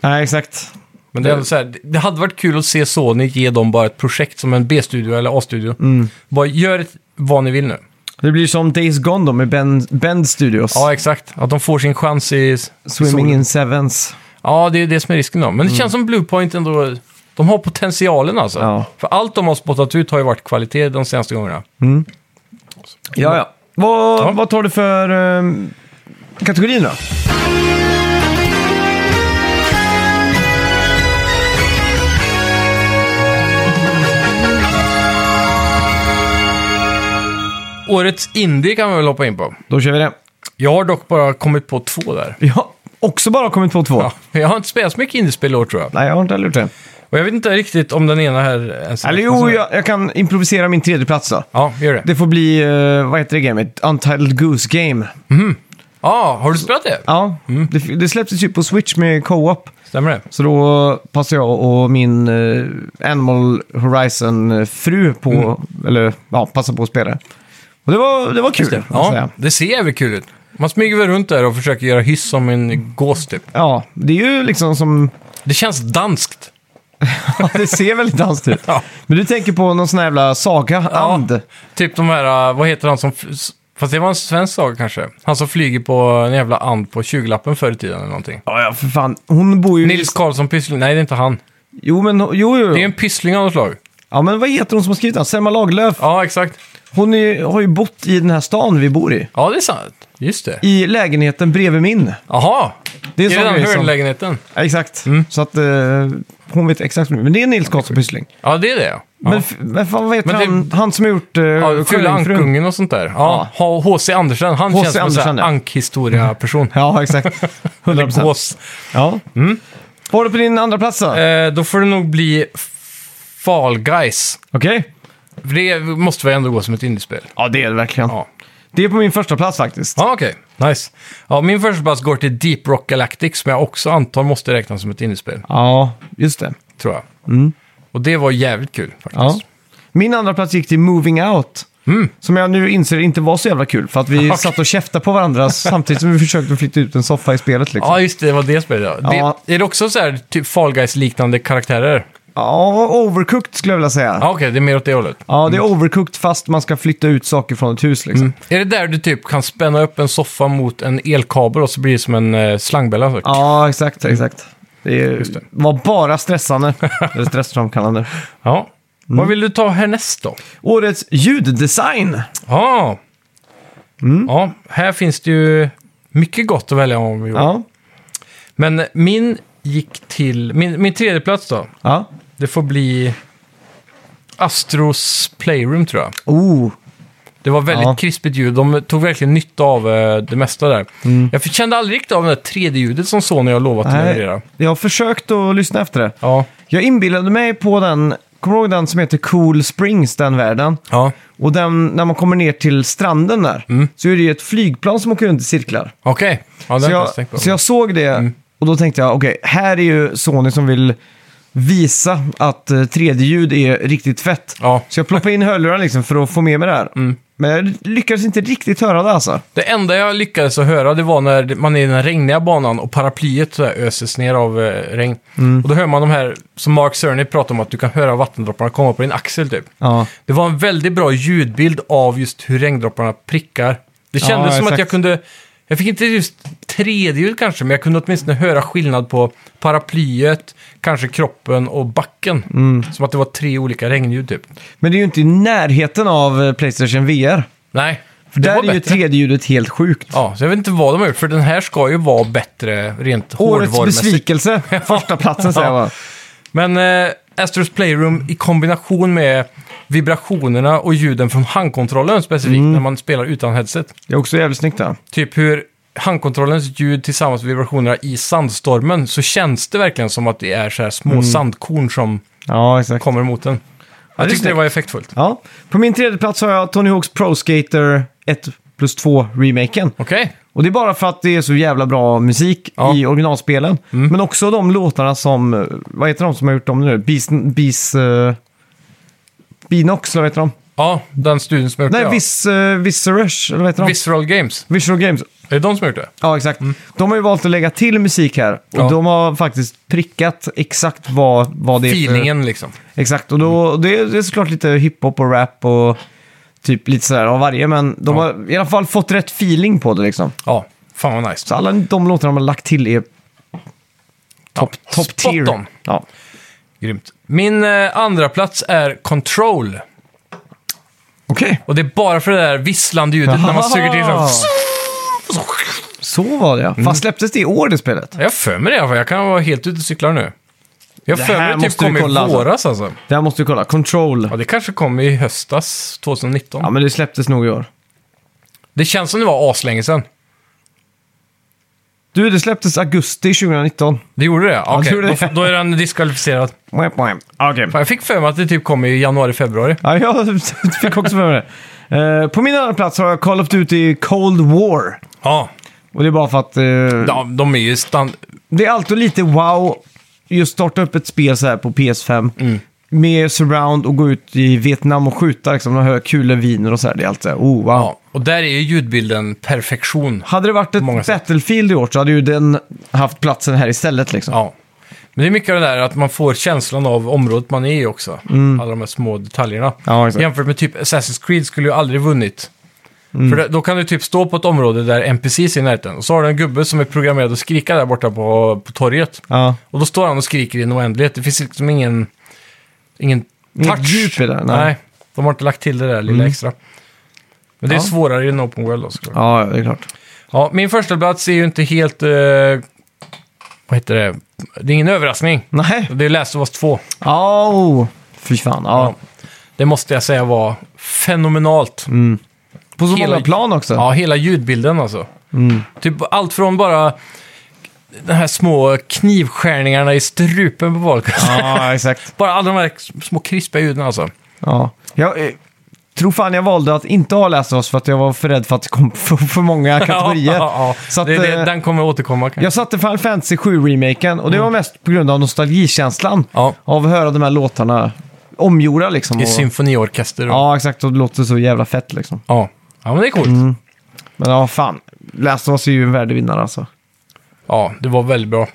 A: Nej, exakt.
B: Men det, är ändå så här, det hade varit kul att se Sony ge dem bara ett projekt som en B-studio eller A-studio.
A: Mm.
B: Bara gör ett, vad ni vill nu.
A: Det blir som Days Gone då med ben, Bend Studios.
B: Ja, exakt. Att de får sin chans i... i solen.
A: Swimming in Mm. Sevens.
B: Ja, det är det som är risken då. Men det känns som Bluepoint ändå... De har potentialen alltså.
A: Ja.
B: För allt de har spottat ut har ju varit kvalitet de senaste gångerna.
A: Ja, ja. Vad,
B: Ja.
A: vad tar du för ehm, kategorin då?
B: Årets indie kan vi väl hoppa in på.
A: Då kör vi det.
B: Jag har dock bara kommit på två där.
A: Vi har också bara kommit på två.
B: Ja, jag har inte spelat så mycket indiespel i år tror jag.
A: Nej, jag har inte heller gjort det.
B: Och jag vet inte riktigt om den ena här ens...
A: Eller jo, jag, jag kan improvisera min tredje plats då.
B: Ja, gör det.
A: Det får bli, eh, vad heter det gamet? Untitled Goose Game.
B: Ja, har du spelat det?
A: Ja, det, det släpptes ju på Switch med co-op.
B: Stämmer det?
A: Så då passade jag och min eh, Animal Horizon-fru på, eller ja, passade på att spela. Och det var, det var kul. får jag
B: Ja,
A: säga.
B: det ser jävligt kul ut. Man smyger väl runt där och försöker göra hyss som en gås typ.
A: ja, det är ju liksom som,
B: Det känns danskt.
A: ja, det ser väldigt danskt ut.
B: Ja.
A: Men du tänker på någon sån här jävla saga, And.
B: Typ de här, äh, vad heter han som... f- Fast det var en svensk saga kanske. Han som flyger på en jävla and på 20-lappen förr i tiden eller någonting.
A: Ja, ja, för fan. Hon bor ju...
B: Nils Karlsson Pyssling. Nej, det är inte han.
A: Jo, men jo, jo.
B: Det är
A: jo.
B: en pyssling av något slag.
A: Ja, men vad heter hon som har skrivit den? Selma Lagerlöf.
B: Ja, exakt.
A: Hon är, har ju bott i den här stan vi bor i.
B: Ja, det är sant. Just det.
A: I lägenheten bredvid min.
B: Jaha!
A: Det är
B: Det
A: en sån
B: är
A: grej som-
B: den Mm. hörnlägenheten.
A: Ja, exakt. Så att eh, hon vet exakt. Men det är Nils Karlsson Pyssling.
B: Ja, det är det ja.
A: Men, f- men fan, vad heter
B: Men det-
A: han? Han som har gjort uh,
B: Ja, Fula Ankungen och sånt där. Ja, ha- H.C. Andersen, Mm. han
A: H.C.
B: känns som en sån
A: Andersen, ja.
B: här ankhistoria-person.
A: Ja, exakt. 100 procent.
B: Gås. Mm.
A: Ja. Vad har du på din andra plats då?
B: Eh, då får det nog bli Fall Guys.
A: Okej.
B: För det måste väl ändå gå som ett indiespel?
A: Ja, det är det verkligen.
B: Ja,
A: Det är på min första plats faktiskt.
B: ja okej. Nice. Ja, min första plats går till Deep Rock Galactic, som jag också antar måste räknas som ett indiespel,
A: Ja, just det.
B: tror jag. Och det var jävligt kul faktiskt.
A: Ja. Min andra plats gick till Moving Out.
B: Mm.
A: Som jag nu inser inte var så jävla kul, för att vi satt och käftade på varandra samtidigt som vi försökte flytta ut en soffa i spelet. Liksom.
B: Ja, just det, det var det spelet. Ja.
A: Ja.
B: Det, är det också så här typ Fall Guys-liknande karaktärer?
A: Ja, overcooked skulle jag vilja säga.
B: Ja, Mm. okej, det är mer åt det hållet.
A: Ja, det är overcooked fast man ska flytta ut saker från ett hus liksom.
B: Är det där du typ kan spänna upp en soffa mot en elkabel och så blir det som en eh, slangbella? typ?
A: Ja, exakt, exakt. Det, är,
B: det.
A: var bara stressande. Eller stressframkallande.
B: Ja.
A: Mm.
B: Vad vill du ta härnäst då?
A: Årets ljuddesign.
B: Ja.
A: Mm.
B: Ja, här finns det ju mycket gott att välja om. Johan.
A: Ja.
B: Men min gick till... Min, min tredje plats då?
A: ja.
B: Det får bli Astros Playroom tror jag.
A: Oh.
B: Det var väldigt
A: Ja.
B: krispigt ljud. De tog verkligen nytta av eh, det mesta där. Jag fick- kände aldrig riktigt av det där 3D-ljudet som Sony har lovat att
A: Mm. Nej.
B: leverera.
A: Jag har försökt att lyssna efter det.
B: Ja.
A: Jag inbillade mig på den, kommer du ihåg den som heter Cool Springs, den världen?
B: Ja,
A: Och den, när man kommer ner till stranden där, så är det ju ett flygplan som åker runt i cirklar.
B: okej. Ja, Mm. det
A: Så
B: har jag inte ens
A: jag,
B: tänkt på. Mm.
A: så jag såg det och då tänkte jag, okej, här är ju Sony som vill visa att eh, 3D-ljud är riktigt fett.
B: Ja. Mm.
A: Så jag ploppade in hörlurar liksom för att få med mig det här. Men jag lyckades inte riktigt höra det alltså.
B: Det enda jag lyckades att höra det var när man är i den här regniga banan och paraplyet så här öses ner av eh, regn.
A: Mm.
B: Och då hör man de här, som Mark Cerny pratade om, att du kan höra vattendropparna komma på din axel typ.
A: Ja.
B: Det var en väldigt bra ljudbild av just hur regndropparna prickar. Det
A: Ja,
B: kändes som att
A: exakt.
B: jag kunde... Jag fick inte just 3D-ljud kanske, men jag kunde åtminstone höra skillnad på paraplyet, kanske kroppen och backen.
A: Mm.
B: Som att det var tre olika regnljud typ.
A: Men det är ju inte i närheten av eh, Playstation VR.
B: Nej,
A: För
B: det
A: där
B: var
A: är ju
B: bättre.
A: 3D-ljudet helt sjukt.
B: Ja, så jag vet inte vad de har gjort, för den här ska ju vara bättre rent
A: Årets
B: hårdvarumässigt.
A: besvikelse, första platsen säger jag bara.
B: Men eh, Astros Playroom i kombination med vibrationerna och ljuden från handkontrollen specifikt
A: Mm.
B: när man spelar utan headset.
A: Det är också jävligt snyggt det.
B: Typ hur handkontrollens ljud tillsammans med vibrationerna i sandstormen så känns det verkligen som att det är så här små sandkorn som
A: Ja, exakt.
B: kommer mot den.
A: Mm. det är
B: Jag tyckte det
A: snyggt.
B: var effektfullt.
A: Ja. På min tredje plats har jag Tony Hawks Pro Skater 1 plus 2-remaken.
B: Okej,
A: Och det är bara för att det är så jävla bra musik
B: Ja. Mm.
A: i originalspelen. Men också de låtarna som, eh, vad heter de som har gjort dem nu? Bees... Bees eh, Beanox, eller vad heter de?
B: ja, den studien som har gjort
A: Nej,
B: det. ja.
A: Vis, uh, Viscerers, eller vad heter de?
B: Visceral Games.
A: Visual Games.
B: Är det de som har gjort det?
A: Ja, exakt. De har ju valt att lägga till musik här. Och
B: Mm. Ja.
A: de har faktiskt prickat exakt vad, vad det är
B: Feelingen liksom.
A: för... Exakt, och då, det, är, det är såklart lite hiphop och rap och typ lite sådär av varje. Men de
B: Ja.
A: har i alla fall fått rätt feeling på det liksom.
B: Ja, fan vad nice.
A: Så alla de låtar de har lagt till är
B: Top,
A: top tier.
B: On.
A: Ja.
B: Grymt. Min eh, andra plats är Control.
A: Okej.
B: Och det är bara för det där visslande ljudet när man suger till.
A: Aha.
B: Så...
A: Så var det ja. Fast släpptes det i år det spelet?
B: Jag har för mig det i alla fall. Jag kan vara helt ute och cyklar nu. Jag har
A: Det
B: för
A: här
B: mig det typ
A: måste vi
B: kom i
A: kolla, alltså.
B: våras alltså.
A: Det här måste vi kolla. Control.
B: Ja, det kanske kom i höstas 2019.
A: Ja, men det släpptes nog i år.
B: Det känns som det var aslänge sedan.
A: Du, det släpptes augusti 2019.
B: Det gjorde det? Okej,
A: gjorde det.
B: då, då är den diskvalificerad.
A: Mwah, mwah. Okej.
B: Fan, jag fick för mig att det typ kom i januari, februari.
A: Ja, jag fick också för mig det. Eh, på min andra plats har jag Call of Duty Cold War.
B: Ja,
A: Och det är bara för att eh,
B: de, de är ju stand...
A: det är alltid lite wow just starta upp ett spel så här på PS5.
B: Mm.
A: Med surround och gå ut i Vietnam och skjuta liksom. Och höra kulor, viner och så här. Det är alltid så här, oh wow.
B: Ja, och där är ju ljudbilden perfektion.
A: Hade det varit ett
B: Många sätt.
A: Battlefield i år så hade ju den haft platsen här istället liksom.
B: Ja. Men det är mycket av det där att man får känslan av området man är i också. Alla de här små detaljerna.
A: Mm. Ja, exakt.
B: Jämfört med typ Assassin's Creed skulle ju aldrig vunnit.
A: Mm.
B: För det, då kan du typ stå på ett område där NPCs är i närheten. Och så har du en gubbe som är programmerad att skrika där borta på, på torget.
A: Ja.
B: Och då står han och skriker i en oändlighet. Det finns liksom ingen... Ingen
A: Inget
B: touch.
A: djup i det, nej. Mm.
B: de har inte lagt till det där lilla extra. Men det är
A: Ja.
B: svårare i en open world då såklart.
A: Ja, ja, det är klart.
B: Ja, min första plats är ju inte helt... eh, vad heter det? Det är ingen överraskning.
A: Nej.
B: Det är Last of Us 2.
A: Au! Fy fan. Ja.
B: Det måste jag säga var fenomenalt.
A: Mm. På så
B: Hela-
A: många plan Mm. också.
B: Ja, hela ljudbilden alltså. Typ allt från bara de här små knivskärningarna i strupen på folk.
A: Ja, exakt.
B: bara alla de här små krispiga ljuden alltså.
A: Ja. Jag, eh, tror fan jag valde att inte ha Last of Us för att jag var för rädd för att det kom för, för många kategorier.
B: ja,
A: Så att,
B: det, det,
A: eh,
B: den kommer återkomma kanske.
A: Jag satte Final Fantasy 7-remaken och det var mest på grund av nostalgikänslan.
B: Ja.
A: Av att höra de här låtarna omgjorda liksom.
B: I
A: och-
B: symfoniorkester och... Ja.
A: Ja, exakt. Och det låter så jävla fett liksom.
B: ja. men det är coolt.
A: Men ja, fan. Last of Us är ju en värdig vinnare alltså.
B: Ja, det var väldigt bra.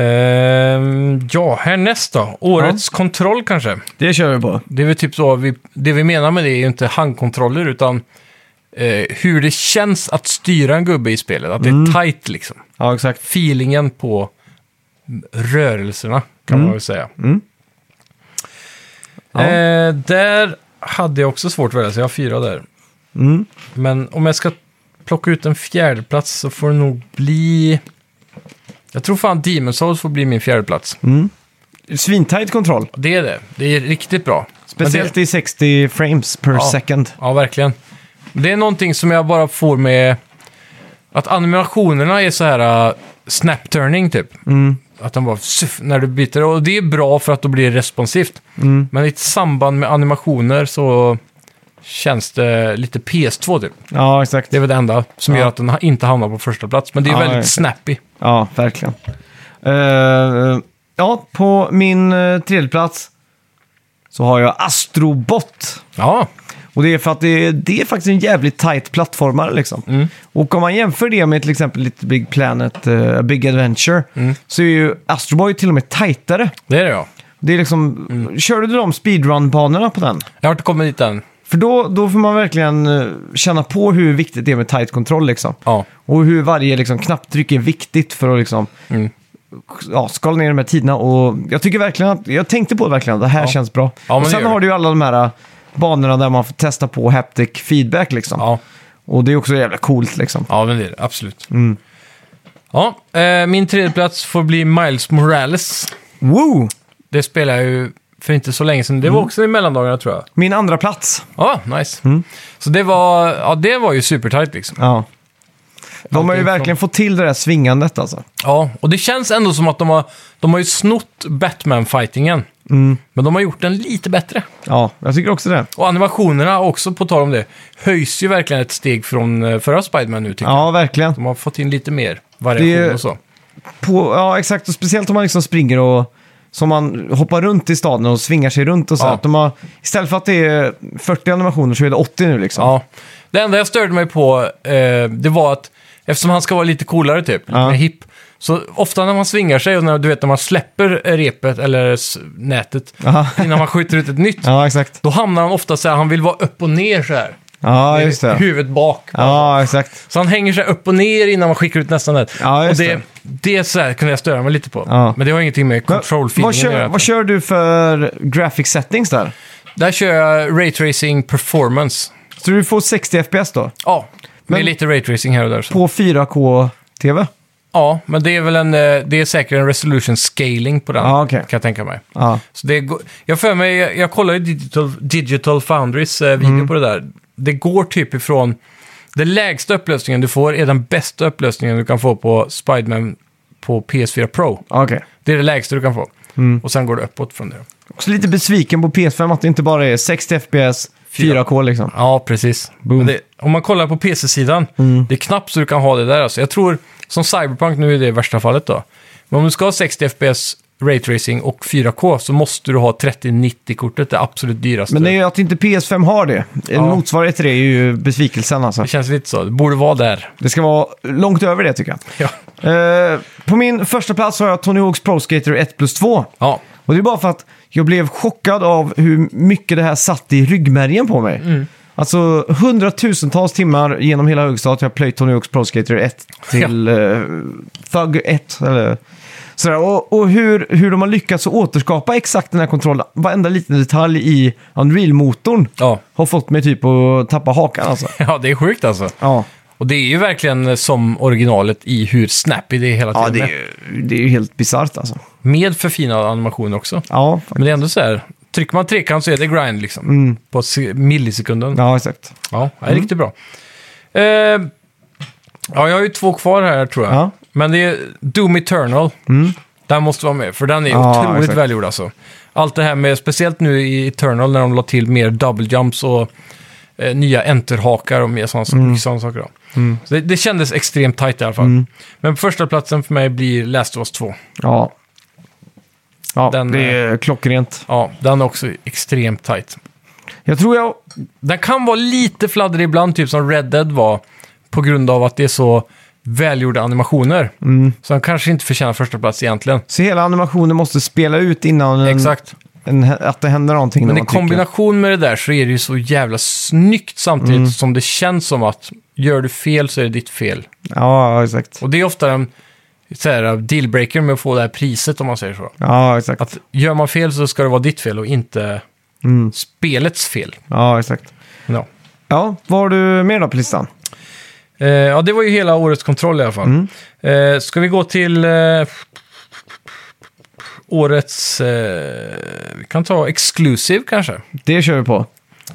B: Ehm, ja, härnäst då. Årets kontroll kanske.
A: Det kör vi på.
B: Det är väl typ så, vi, det vi menar med det är ju inte handkontroller utan eh, hur det känns att styra en gubbe i spelet. Att det är tight liksom.
A: Ja, exakt.
B: Feelingen på rörelserna kan man väl säga.
A: Ja.
B: Eh, där hade jag också svårt att välja, så jag har fyra där.
A: Mm.
B: Men om jag ska plocka ut en fjärdeplats så får det nog bli... Jag tror fan Demon's Souls får bli min fjärdeplats.
A: Svintajt kontroll.
B: Det är det. Det är riktigt bra. Men
A: Speciellt
B: det...
A: i 60 frames per
B: Ja.
A: second.
B: Ja, verkligen. Det är någonting som jag bara får med... Att animationerna är så här uh, snap-turning typ. Att de bara suff, när du byter. Och det är bra för att då blir det responsivt. Men i samband med animationer så känns det lite PS2 typ.
A: Ja, exakt.
B: Det är väl det enda som
A: Ja.
B: gör att den ha- inte hamnar på första plats. Men det är
A: Ja,
B: väldigt
A: exakt.
B: snappy.
A: Ja, verkligen. Eh, ja, på min uh, tredje plats så har jag Astrobot.
B: Ja,
A: Och det är för att det, det är faktiskt en jävligt tight plattformare liksom. Och om man jämför det med till exempel lite Big Planet, eh, Big Adventure, så är ju Astroboy till och med tajtare.
B: det är det ja.
A: Det är liksom, körde du de speedrun-banorna på den?
B: Jag har inte kommit dit än.
A: För då, då får man verkligen eh, känna på hur viktigt det är med tight kontroll liksom.
B: Ja,
A: Och hur varje liksom, knapptryck är viktigt för att liksom,
B: Mm.
A: ja, skala ner de här tiderna. Och jag, tycker verkligen att, jag tänkte på det verkligen, det här
B: Ja.
A: känns bra.
B: Ja, men
A: och
B: det
A: sen
B: gör
A: har
B: det.
A: du ju alla de här äh, banorna där man får testa på haptic feedback. Liksom.
B: ja.
A: Och det är också jävla coolt. Liksom.
B: ja men det är det. Absolut.
A: Mm.
B: Ja, eh, min tredje plats får bli Miles Morales.
A: Woo!
B: Det spelar jag ju för inte så länge sedan. Det var
A: Mm.
B: också i mellandagarna tror jag.
A: Min andra plats.
B: Ja, nice.
A: Mm.
B: Så det var, ja, det var ju supertight liksom.
A: Ja. De har ju
B: Allting
A: verkligen fått till det där svingandet alltså.
B: Ja, och det känns ändå som att de har, de har ju snott Batman-fightingen.
A: Mm.
B: Men de har gjort den lite bättre.
A: Ja, jag tycker också det.
B: Och animationerna också, på tal om det, höjs ju verkligen ett steg från eh, förra Spiderman nu tycker jag.
A: Ja, verkligen.
B: De har fått in lite mer variation
A: Det är-
B: och så.
A: På, ja, exakt. Och speciellt om man liksom springer och som man hoppar runt i staden och svingar sig runt och så.
B: Ja.
A: Att de har, istället för att det är 40 animationer så är det 80 nu liksom.
B: Ja. Det enda jag störde mig på, eh, det var att eftersom han ska vara lite coolare typ, lite
A: Ja.
B: mer hipp, så ofta när man svingar sig och när, du vet när man släpper eh, repet eller s- nätet
A: Ja,
B: innan man skjuter ut ett nytt,
A: ja exakt.
B: då hamnar han ofta så här, han vill vara upp och ner så här.
A: Ja, just det.
B: Huvudet bak.
A: Ja, exakt.
B: Så han hänger sig upp och ner innan man skickar ut nästa nät.
A: Ja,
B: och
A: just
B: det,
A: det.
B: det så här kunde jag störa mig lite på.
A: Ja.
B: Men det har ingenting med control feelingen
A: Vad
B: att göra.
A: kör, vad kör du för graphic settings där?
B: Där kör jag raytracing performance.
A: Så du får 60 FPS då?
B: Ja, med
A: Men-
B: lite raytracing här och där. Så.
A: På 4K-TV?
B: Ja, men det är väl en, eh, det är säkert en resolution scaling på den,
A: Ja, okej.
B: kan jag tänka mig.
A: Ja.
B: Så det går, jag för mig, jag, jag kollar ju Digital, Digital Foundries eh, video
A: Mm.
B: på det där. Det går typ ifrån, den lägsta upplösningen du får är den bästa upplösningen du kan få på Spiderman på PS4 Pro.
A: Okej.
B: Det är det lägsta du kan få.
A: Mm.
B: Och sen går det uppåt från det.
A: Också lite besviken på PS5 att det inte bara är 60 FPS, 4K liksom.
B: Ja, precis.
A: Boom. Mm.
B: Men Det, om man kollar på PC-sidan, det är knappt så du kan ha det där. Alltså. Jag tror, som Cyberpunk nu är det värsta fallet då. Men om du ska ha 60 FPS raytracing och 4K så måste du ha 3090-kortet, det absolut dyraste.
A: Men det är ju att inte PS5 har det. En
B: Ja.
A: motsvarighet till det är ju besvikelsen alltså.
B: Det känns lite så. Det borde vara där.
A: Det ska vara långt över det tycker jag.
B: Ja.
A: Eh, på min första plats har jag Tony Hawks Pro Skater 1 plus 2.
B: Ja.
A: Och det är bara för att jag blev chockad av hur mycket det här satt i ryggmärgen på mig. Alltså hundratusentals timmar genom hela högstadiet har jag plöjt Tony Hawk's Pro Skater 1 till eh, Thug 1. Eller, sådär. Och, och hur, hur de har lyckats att återskapa exakt den här kontrollen, varenda liten detalj i Unreal-motorn
B: Ja.
A: har fått mig typ att tappa hakan alltså.
B: ja, det är sjukt alltså.
A: Ja,
B: Och det är ju verkligen eh, som originalet i hur snappy det är hela tiden.
A: ja det, är,
B: är.
A: ju- det är ju helt bisarrt alltså.
B: Med förfinade animationer också.
A: Ja, fuck.
B: Men det är ändå så här, trycker man trekant så är det grind liksom. På se- millisekunden.
A: Mm. ja Mm. exakt.
B: Ja, det är riktigt bra. Eh, ja, jag har ju två kvar här tror jag.
A: Ja. Mm.
B: Men det är Doom Eternal. Den måste vara med, för den är
A: Ja,
B: otroligt
A: exakt.
B: välgjord alltså. Allt det här med, speciellt nu i Eternal när de la till mer double jumps och eh, nya enterhakar och mer sådana
A: Mm.
B: såna saker. Då. Så det, det kändes extremt tajt i alla fall. Men första platsen för mig blir Last of Us 2.
A: Ja. Ja,
B: Den, eh,
A: det är klockrent.
B: Ja, den är också extremt tajt.
A: Jag tror jag...
B: Den kan vara lite fladdrig ibland, typ som Red Dead var, på grund av att det är så välgjorda animationer. Så den kanske inte förtjänar första plats egentligen.
A: Så hela animationen måste spela ut innan en,
B: Exakt.
A: en, att det händer någonting.
B: Men
A: när
B: i
A: man trycker.
B: kombination med det där så är det ju så jävla snyggt samtidigt som det känns som att gör du fel så är det ditt fel.
A: Ja, exakt.
B: Och det är ofta en så här, dealbreaker med att få det här priset om man säger så.
A: Ja, exakt.
B: Att gör man fel så ska det vara ditt fel och inte
A: Mm.
B: spelets fel.
A: Ja, exakt.
B: Ja.
A: Ja, vad har du mer då på listan?
B: Eh, ja, det var ju hela årets kontroll i alla fall. Eh, ska vi gå till eh, årets... Eh, vi kan ta Exclusive kanske.
A: Det kör vi på.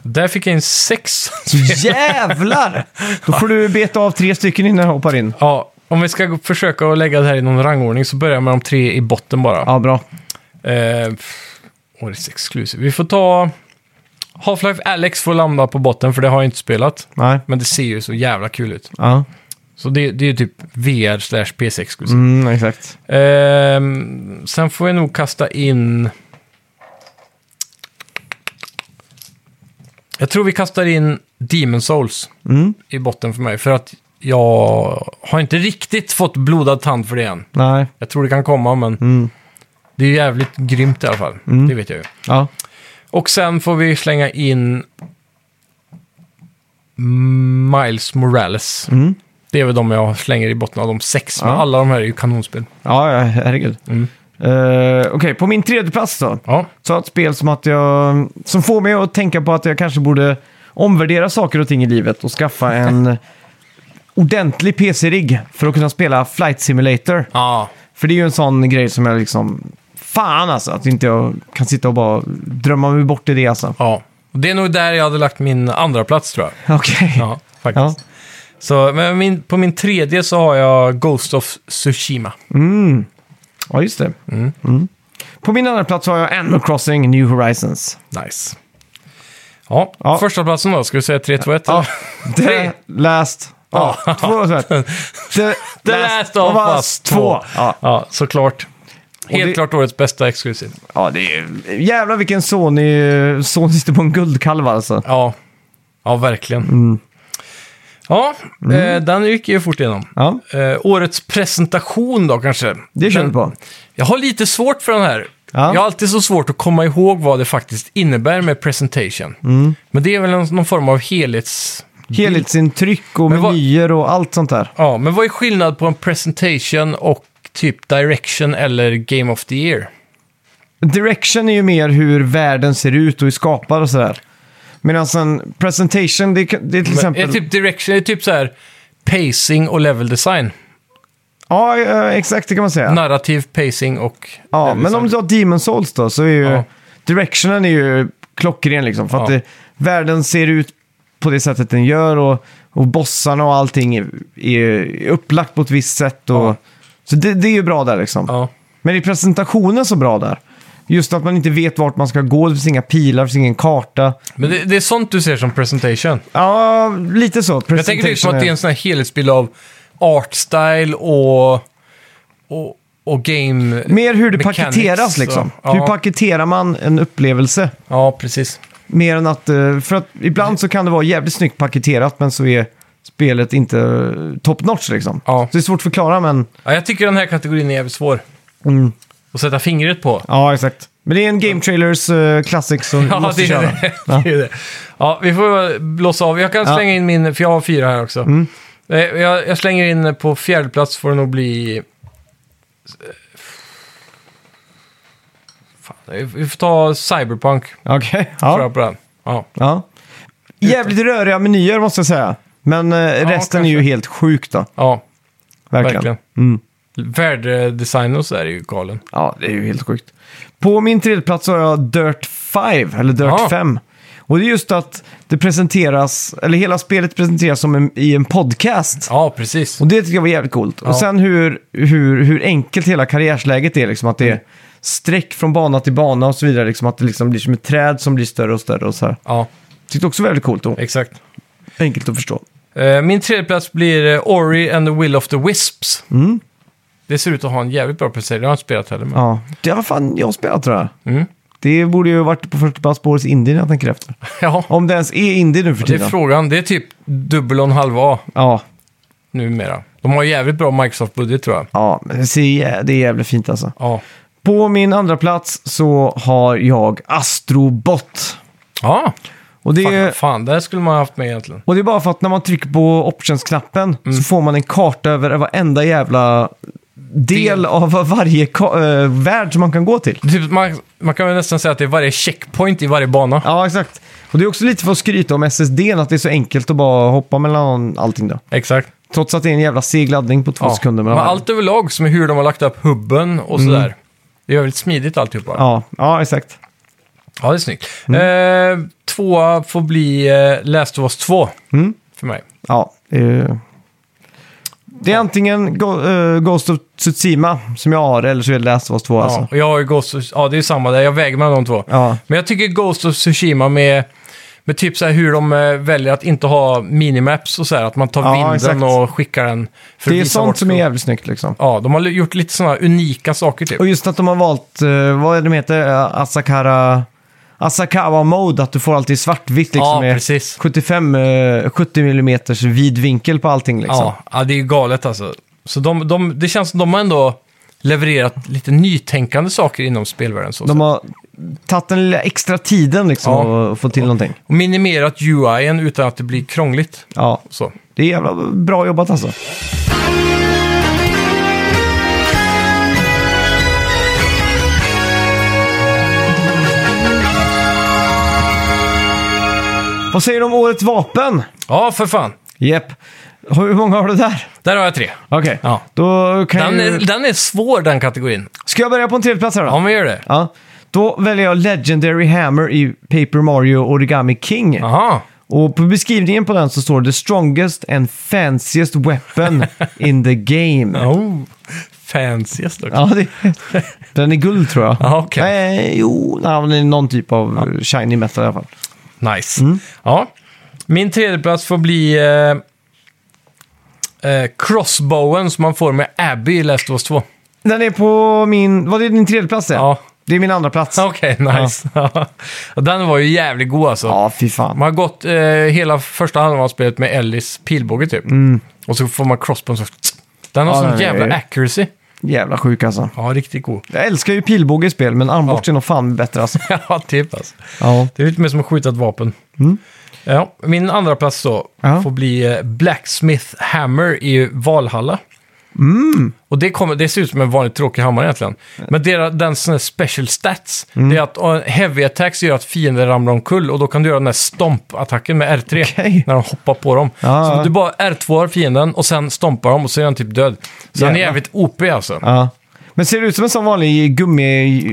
B: Där fick jag in sex.
A: Jävlar! Då får du beta av tre stycken innan jag hoppar in.
B: ja, om vi ska gå- försöka att lägga det här i någon rangordning så börjar jag med de tre i botten bara.
A: Ja, bra.
B: Eh, pff, årets Exclusive. Vi får ta... Half-Life Alex får landa på botten för det har jag inte spelat.
A: Nej.
B: Men det ser ju så jävla kul ut.
A: Ja,
B: Så det, det är ju typ VR slash PC exklusivt.
A: mm, exakt.
B: Ehm, sen får jag nog kasta in... Jag tror vi kastar in Demon Souls
A: Mm.
B: i botten för mig. För att jag har inte riktigt fått blodad tand för det än.
A: Nej. mm.
B: Jag tror det kan komma, men det är jävligt grymt i alla fall. Det vet jag ju.
A: Ja.
B: Och sen får vi slänga in Miles Morales.
A: Mm.
B: Det är väl de jag slänger i botten av de sex. Men
A: Ja.
B: alla de här är ju kanonspel.
A: Ja, ja, herregud.
B: Mm.
A: Eh, Okej, på min tredje plats då.
B: Ja.
A: Så ett spel som, att jag, som får mig att tänka på att jag kanske borde omvärdera saker och ting i livet och skaffa en ordentlig PC-rigg för att kunna spela Flight Simulator.
B: Ja,
A: För det är ju en sån grej som jag liksom... Fan alltså, att inte jag kan sitta och bara drömma mig bort i det alltså.
B: ja. Och Det är nog där jag hade lagt min andra plats tror jag.
A: Okej.
B: Ja,
A: Ja.
B: faktiskt. Så, men min, på min tredje så har jag Ghost of Tsushima.
A: Mm. ja, just det. Mm. På min andra plats har jag Animal Crossing New Horizons.
B: Nice. Ja,
A: Ja.
B: första platsen då. Ska vi säga 3, 2, 1?
A: Ja,
B: Tre.
A: The Last... Ja, två och så här. The,
B: The Last of Us 2.
A: Ja.
B: Ja, såklart. Helt
A: det-
B: klart årets bästa exklusiv.
A: ja, det är... Jävlar vilken Sony... Sony sitter på en guldkalv alltså.
B: Ja, ja verkligen.
A: Mm.
B: Ja, Eh, den gick ju fort igenom.
A: Ja,
B: Eh, årets presentation då kanske.
A: det kör
B: Den-
A: vi på.
B: Jag har lite svårt för den här.
A: Ja.
B: Jag har alltid så svårt att komma ihåg vad det faktiskt innebär med presentation.
A: Mm.
B: Men det är väl en, någon form av helhets...
A: Helhetsintryck och
B: Men vad-
A: menyer och allt sånt där.
B: Ja, men vad är skillnad på en presentation och typ direction eller game of the year?
A: Direction är ju mer hur världen ser ut och hur skapad och sådär. Medan en presentation, det, kan- det är till
B: Men
A: exempel...
B: Är typ direction är typ så här pacing och level design.
A: Ja, eh, exakt det kan man säga.
B: Narrativ, pacing och...
A: Ja,
B: level
A: men om
B: design.
A: du har Demon Souls då, så är ju
B: liksom- Ja.
A: directionen är ju klockren liksom. För att
B: Ja.
A: det, världen ser ut på det sättet den gör och, och bossarna och allting är, är upplagt på ett visst sätt. Och,
B: Ja.
A: Så det, det är ju bra där liksom.
B: Ja,
A: Men är presentationen så bra där? Just att man inte vet vart man ska gå, det finns inga pilar, det finns ingen karta.
B: men det, det är sånt du ser som presentation.
A: Ja, lite så.
B: Jag tänker liksom
A: Presentation
B: att det är en sån här helhetsbild av art style och, och, och game...
A: Mer hur det
B: mechanics
A: paketeras
B: och-
A: liksom.
B: ja.
A: Hur paketerar man en upplevelse?
B: Ja, precis.
A: Mer än att, eh, för att ibland så kan det vara jävligt snyggt paketerat men så är spelet inte eh, top notch liksom.
B: Ja.
A: Så det är svårt att förklara men,
B: Ja, jag tycker den här kategorin är jävligt svår
A: Mm.
B: att sätta fingret på.
A: ja exakt. Men det är en Game Trailers uh, Classic som vi måste
B: det är
A: köra.
B: det.
A: Ja.
B: det, är det. Ja, vi får blåsa av. Jag kan
A: Ja. Mm.
B: slänga in min, för jag har fyra här också. Eh, Jag, jag slänger in på fjärde plats får det nog bli... Fan, vi får ta Cyberpunk,
A: Okej,
B: tror
A: ja.
B: jag på den. Ja.
A: ja. Jävligt röriga menyer måste jag säga. Men eh, resten är ju
B: kanske.
A: helt sjukt då.
B: ja,
A: Verkligen.
B: verkligen.
A: Mm.
B: Värdedesign och så där är ju galen.
A: Ja, det är ju helt sjukt. På min tredje plats har jag Dirt 5, eller Dirt
B: Ja.
A: 5. Och det är just att det presenteras, eller hela spelet presenteras som en, i en podcast.
B: Ja, precis.
A: Och det tycker jag var jävligt coolt.
B: Ja.
A: Och sen hur, hur, hur enkelt hela karriärsläget är, liksom att
B: Mm.
A: det är streck från bana till bana och så vidare. Liksom att det liksom blir som ett träd som blir större och större och så här.
B: Ja,
A: Tyckte också väldigt coolt och
B: exakt.
A: enkelt att förstå.
B: Eh, Min tredje plats blir eh, Ori and the Will of the Wisps.
A: Mm.
B: Det ser ut att ha en jävligt bra precis. Det har jag inte spelat heller. Men...
A: Ja, det har fan jag spelat tror jag.
B: Mm.
A: Det borde ju varit på 40 plats på årets indie när jag tänker efter.
B: Ja.
A: Om det ens är indie nu för
B: det är
A: tiden.
B: frågan. Det är typ dubbel och en halv A
A: Ja,
B: numera. De har jävligt bra Microsoft-budget tror jag.
A: ja men det, ser, jä- det är jävligt fint alltså.
B: Ja.
A: På min andra plats så har jag Astrobot.
B: Ja,
A: Och det,
B: fan,
A: är,
B: fan, det här skulle man ha haft med egentligen.
A: och det är bara för att när man trycker på optionsknappen
B: Mm.
A: så får man en karta över varenda jävla del,
B: Del.
A: av varje ka- eh, värld som man kan gå till.
B: Typ, man, man kan väl nästan säga att det är varje checkpoint i varje bana.
A: Ja, exakt. Och det är också lite för att skryta om SSD, n, att det är så enkelt att bara hoppa mellan allting då.
B: Exakt.
A: Trots att det är en jävla seg laddning på två
B: Ja.
A: sekunder.
B: Men
A: mellan varven.
B: allt överlag, som hur de har lagt upp hubben och sådär. Det är väldigt smidigt alltihopa. Ja,
A: Ja, ja, exakt.
B: ja det är snyggt.
A: Mm.
B: Eh, tvåa får bli eh, Last of Us 2
A: Mm.
B: för mig.
A: Ja, eh, det är antingen Go- eh, Ghost of Tsushima som jag har, eller så är det Last of Us 2
B: Ja,
A: alltså.
B: och jag har ju Ghost of, ja, det är ju samma där. Jag väger mellan de två.
A: Ja,
B: Men jag tycker Ghost of Tsushima med, med typ så här hur de eh, väljer att inte ha minimaps och så här. Att man tar
A: Ja,
B: vinden
A: exakt.
B: och skickar den. För
A: det
B: att
A: är
B: visa
A: sånt
B: vart
A: som är
B: ska-
A: jävligt snyggt liksom.
B: Ja, de har gjort lite sådana unika saker typ.
A: Och just att de har valt, eh, vad är det de heter, Asakara... Asakawa Mode, att du får alltid svartvitt liksom.
B: ja,
A: med
B: precis.
A: 75, eh, 70 mm vid vinkel på allting liksom.
B: Ja, ja, det är ju galet alltså. Så de, de, det känns som de har ändå levererat lite nytänkande saker inom spelvärlden. Så
A: De
B: sätt.
A: har tagit den lilla extra tiden liksom
B: Ja.
A: att få till någonting.
B: Och minimerat UI'n utan att det blir krångligt.
A: Ja,
B: Så.
A: det är jävla bra jobbat alltså. Vad säger du om årets vapen?
B: Ja, för fan.
A: Jepp. Hur många har du där?
B: Där har jag tre.
A: Okej.
B: Ja.
A: Då kan
B: Den är,
A: ju...
B: den är svår den kategorin.
A: Ska jag börja på en tredje plats här då?
B: Ja, men gör det.
A: Ja. Då väljer jag Legendary Hammer i Paper Mario Origami King.
B: Aha.
A: Och på beskrivningen på den så står det “The strongest and fanciest weapon in the game”.
B: Oh, fanciest också.
A: Ja, det, den är guld tror jag.
B: Ja, okej.
A: Nej, jo, nej, men det är någon typ av eh, shiny metal i alla fall.
B: Nice. Ja. Min tredjeplats får bli eh, eh, crossbowen som man får med Abby i Last of Us 2.
A: Den är på min... Vad är din tredje plats? det?
B: Ja.
A: Det är min andra plats.
B: Okej, nice. Och den var ju jävligt god alltså.
A: Ja, fy fan.
B: Man har gått eh, hela första halvan av spelet med Ellis pilbåge typ. Och så får man crossbowen så... Den har
A: Ja,
B: sån
A: den är-
B: jävla accuracy.
A: Jävla sjuk alltså.
B: Ja, riktigt god.
A: Jag älskar ju pilbåge i spel, men armborst är nog fan bättre alltså.
B: ja, typ alltså.
A: Ja.
B: Det är lite mer som att skjuta ett vapen. Ja, min andra plats då
A: Mm. Ja.
B: får bli eh, Blacksmith Hammer i Valhalla.
A: Mm.
B: Och det, kommer, det ser ut som en vanligt tråkig hammare egentligen. Men dera- den sån här special stats,
A: Mm.
B: det är att eh, heavy attacks gör att fiender ramlar omkull och då kan du göra den här stomp-attacken med R3
A: Okej. Ah.
B: när de hoppar på dem.
A: Ja,
B: så
A: ja.
B: du bara R2 fienden och sen stompar dem och så är den typ död. Så den är
A: Jävlar.
B: jävligt OP alltså.
A: ja. Men ser det ut som en sån vanlig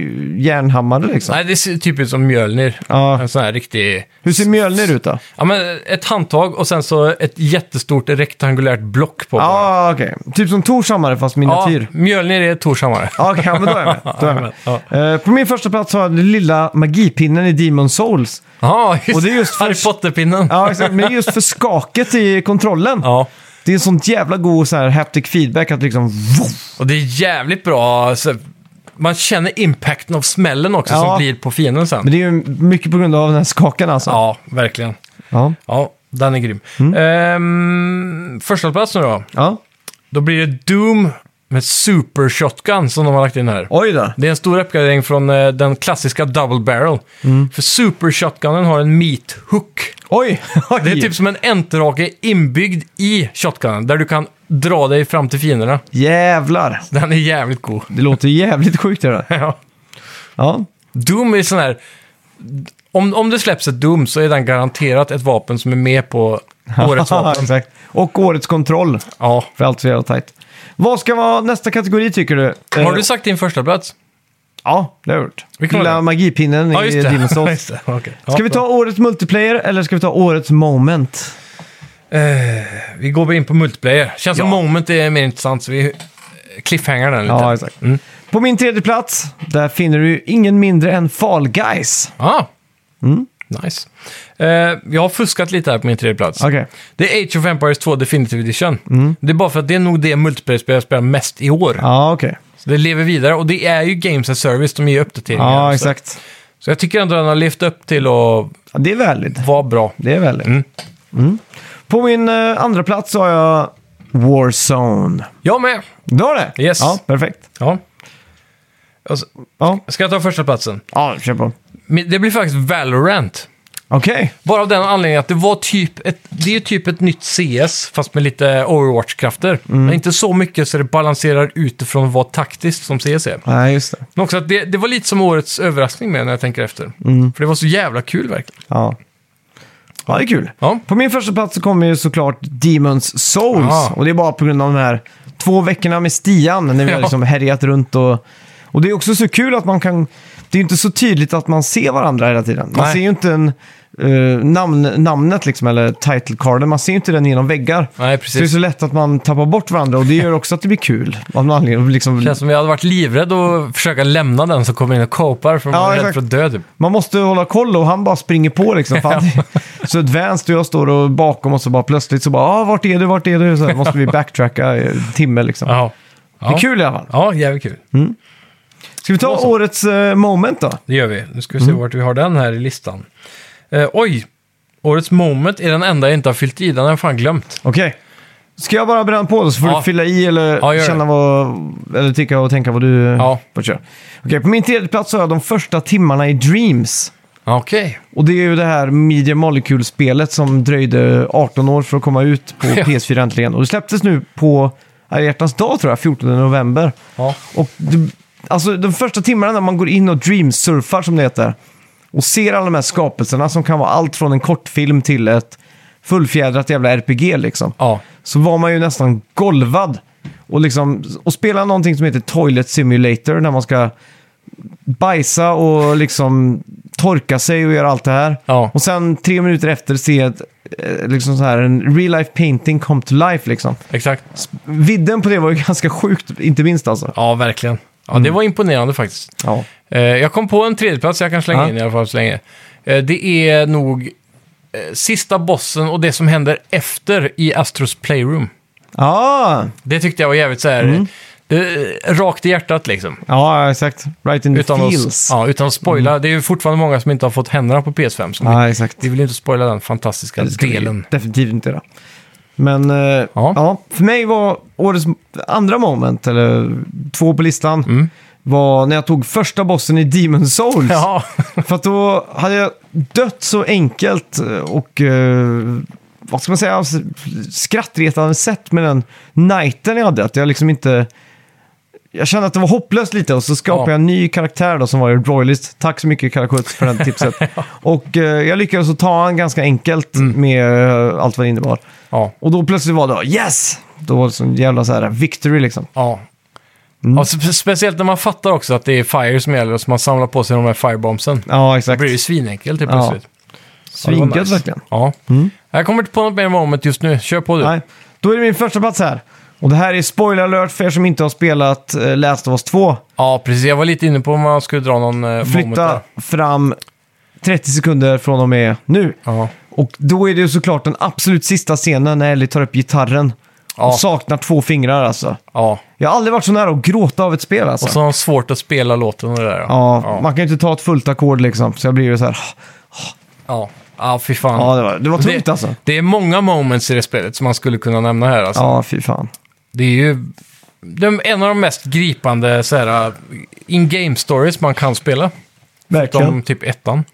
A: gummi-järnhammare liksom?
B: Nej, det ser typ ut som Mjölnir.
A: Ja.
B: En sån här riktig...
A: Hur ser Mjölner ut då?
B: Ja, men ett handtag och sen så ett jättestort rektangulärt block på.
A: Ja,
B: bara.
A: ah, okej. Typ som Tors hammare fast miniatyr.
B: ja Mjölnir är Tors hammare.
A: Ja, okej, ja, men då är jag med. Då är jag med. Eh, på min första plats har jag den lilla magipinnen i Demon Souls.
B: Ja, just,
A: Och det är just för-
B: Harry Potter-pinnen.
A: Ja, exakt. Men det är just för skaket i kontrollen.
B: Ja.
A: Det är en sån jävla god så här, haptic feedback att liksom...
B: Och det är jävligt bra. Så man känner impacten av smällen också
A: Ja.
B: som blir på fienden sen.
A: Men det är ju mycket på grund av den här skakan alltså.
B: Ja, verkligen.
A: Ja.
B: Ja, den är grym.
A: Mm.
B: Ehm, första plats nu då.
A: ja.
B: Då blir det Doom med Super Shotgun som de har lagt in här.
A: Oj då.
B: Det är en stor uppgradering från eh, den klassiska Double Barrel.
A: Mm.
B: För Super Shotgunen har en meat hook.
A: Oj!
B: Det är typ som en enterhake inbyggd i shotgunen, där du kan dra dig fram till fienderna.
A: Jävlar!
B: Den är jävligt god.
A: Det låter jävligt sjukt det där.
B: Ja.
A: Ja.
B: Doom är sån här... Om, om det släpps ett Doom så är den garanterat ett vapen som är med på årets vapen.
A: Exakt. Och årets kontroll.
B: Ja.
A: För allt så jävla tajt. Vad ska vara nästa kategori tycker du?
B: Har
A: Eh,
B: du sagt din första plats?
A: Ja, det har jag gjort.
B: Vilken var
A: Lilla
B: det?
A: magipinnen
B: Ja,
A: i
B: just
A: Demon's
B: det.
A: Souls.
B: just det. Okej. Ja,
A: Ska vi ta årets multiplayer eller ska vi ta årets moment?
B: Eh, vi går in på multiplayer. Känns som
A: Ja.
B: moment är mer intressant, så vi cliffhangar den lite.
A: Ja, exakt.
B: Mm.
A: På min tredje plats, där finner du ju ingen mindre än Fall Guys.
B: Ah.
A: Mm.
B: Nice. Eh, jag har fuskat lite här på min tredje plats.
A: Okej.
B: Det är Age of Empires 2 Definitive Edition. Det är bara för att det är nog det multiplayer-spel jag spelar mest i år.
A: Mm. Ja, okej.
B: Så det lever vidare och det är ju Games as Service, de ger uppdateringar. och
A: Ja,
B: så.
A: exakt.
B: Så jag tycker ändå den har levt upp till att
A: Ja, det är väldigt.
B: vara bra.
A: Det är väldigt.
B: Mm.
A: Mm. På min eh, andra plats så har jag Warzone.
B: Jag med!
A: Du har det?
B: Yes.
A: Ja, perfekt.
B: Ja. Och så-
A: Ja,
B: Ska jag ta första platsen?
A: ja kör på.
B: Men Det blir faktiskt Valorant.
A: Okej.
B: Bara av den anledningen att det var typ ett, det är ju typ ett nytt CS, fast med lite Overwatch-krafter.
A: Mm.
B: Men inte så mycket så det balanserar utifrån att vara taktiskt som CS är.
A: Nej, just det.
B: Men också att det, det var lite som årets överraskning med när jag tänker efter.
A: Mm.
B: För det var så jävla kul verkligen.
A: Ja. ja, det är kul.
B: Ja.
A: På min första plats så kommer ju såklart Demons Souls.
B: Ah.
A: Och det är bara på grund av de här två veckorna med Stian när vi
B: Ja.
A: har liksom härjat runt och... Och det är också så kul att man kan... Det är ju inte så tydligt att man ser varandra hela tiden. Man
B: Nej.
A: ser ju inte en, eh, namn, namnet liksom, eller title carden. Man ser ju inte den genom väggar.
B: Nej,
A: Så det är
B: precis.
A: så lätt att man tappar bort varandra och det gör också att det blir kul. Av någon anledning.
B: Det
A: Liksom,
B: känns som jag hade varit livrädd att försöka lämna den som kommer in och kopar för man
A: Ja,
B: är rädd
A: exakt.
B: för att dö typ.
A: man måste hålla koll och han bara springer på liksom. Fan, så advanced och jag står och bakom och så bara plötsligt så bara ah, “Vart är du? Vart är du?” Så här, måste vi backtracka i en timme liksom.
B: Ja.
A: Det är kul i alla fall.
B: Ja, jävligt kul.
A: Ska vi ta
B: Vad så.
A: årets eh, moment då?
B: Det gör vi. Nu ska vi
A: Mm.
B: se vart vi har den här i listan. Eh, oj! Årets moment är den enda jag inte har fyllt i. Den har jag fan glömt.
A: Okej. Ska jag bara bränna på då så får
B: Ja.
A: du fylla i eller
B: Ja, gör det.
A: känna vad... Eller tycka och tänka vad du...
B: Ja.
A: vad du kör. Okej, på min tredje plats så har jag de första timmarna i Dreams.
B: Okej.
A: Och det är ju det här Media Molecule-spelet som dröjde 18 år för att komma ut på
B: Ja.
A: PS4 äntligen. Och det släpptes nu på Alla hjärtans dag tror jag, 14 november.
B: Ja.
A: Och det, alltså de första timmarna när man går in och dreamsurfar som det heter och ser alla de här skapelserna som kan vara allt från en kortfilm till ett fullfjädrat jävla RPG liksom.
B: ja.
A: Så var man ju nästan golvad. Och, liksom, och spela någonting som heter Toilet Simulator när man ska bajsa och liksom torka sig och göra allt det här.
B: Ja.
A: Och sen tre minuter efter se ett, eh, liksom så här, en real life painting come to life liksom.
B: Exakt.
A: Vidden på det var ju ganska sjukt, inte minst alltså.
B: Ja, verkligen. Ja,
A: Mm.
B: det var imponerande faktiskt.
A: Ja.
B: Eh, jag kom på en tredjeplats jag kan slänga
A: Ja.
B: in i alla fall så länge. Eh, det är nog eh, sista bossen och det som händer efter i Astros Playroom.
A: Ja,
B: Det tyckte jag var jävligt så här...
A: Mm.
B: Det, eh, rakt i hjärtat liksom.
A: ja exakt. Right in the
B: Utan att,
A: feels. Mm.
B: ja, utan att spoila. Det är ju fortfarande många som inte har fått händerna på PS5. Så
A: Ja, exakt.
B: Vi vill ju inte spoila den fantastiska
A: Det ska vi
B: delen.
A: definitivt inte göra. Men eh, ja. för mig var årets andra moment, eller två på listan, var när jag tog första bossen i Demon Souls.
B: Jaha.
A: För att då hade jag dött så enkelt och eh, vad ska man säga, alltså, skrattretande sätt med den nighten jag hade. Att jag liksom inte... Jag kände att det var hopplöst lite och så skapade
B: Ja.
A: jag en ny karaktär då som var ju Broilist. Tack så mycket Karakuts för det tipset. och eh, jag lyckades att ta han ganska enkelt
B: Mm.
A: med eh, allt vad det innebar.
B: Ja.
A: Och då plötsligt var det yes! Då var det sån jävla så här victory liksom.
B: Ja.
A: Mm.
B: Ja, spe- speciellt när man fattar också att det är fire som gäller och så man samlar på sig de här firebombsen.
A: Ja,
B: Det
A: exakt.
B: blir ju svinenkelt helt
A: Ja.
B: plötsligt. Ja, det var
A: Svingött
B: nice.
A: verkligen.
B: Ja. Jag kommer inte på något mer moment just nu. Kör på du.
A: Mm. Nej. Då är det min första plats här. Och det här är spoiler alert för er som inte har spelat eh, Last of Us 2.
B: Ja, precis. Jag var lite inne på om man skulle dra någon eh, moment
A: Flytta
B: där.
A: fram 30 sekunder från och med nu.
B: Ja.
A: Och då är det ju såklart den absolut sista scenen när Ellie tar upp gitarren.
B: Ja.
A: Och saknar två fingrar alltså.
B: ja.
A: Jag har aldrig varit så nära att gråta av ett spel alltså.
B: Och så har de svårt att spela låten och det där.
A: ja,
B: Ja.
A: Man kan ju inte ta ett fullt ackord liksom. Så jag blir ju så här.
B: Ja, ja fy fan.
A: Ja, det var, det var tungt alltså.
B: det är många moments i det spelet som man skulle kunna nämna här. Alltså.
A: Ja, fy fan.
B: Det är ju de, en av de mest gripande så här, in-game stories man kan spela.
A: Verkligen.
B: De typ ettan.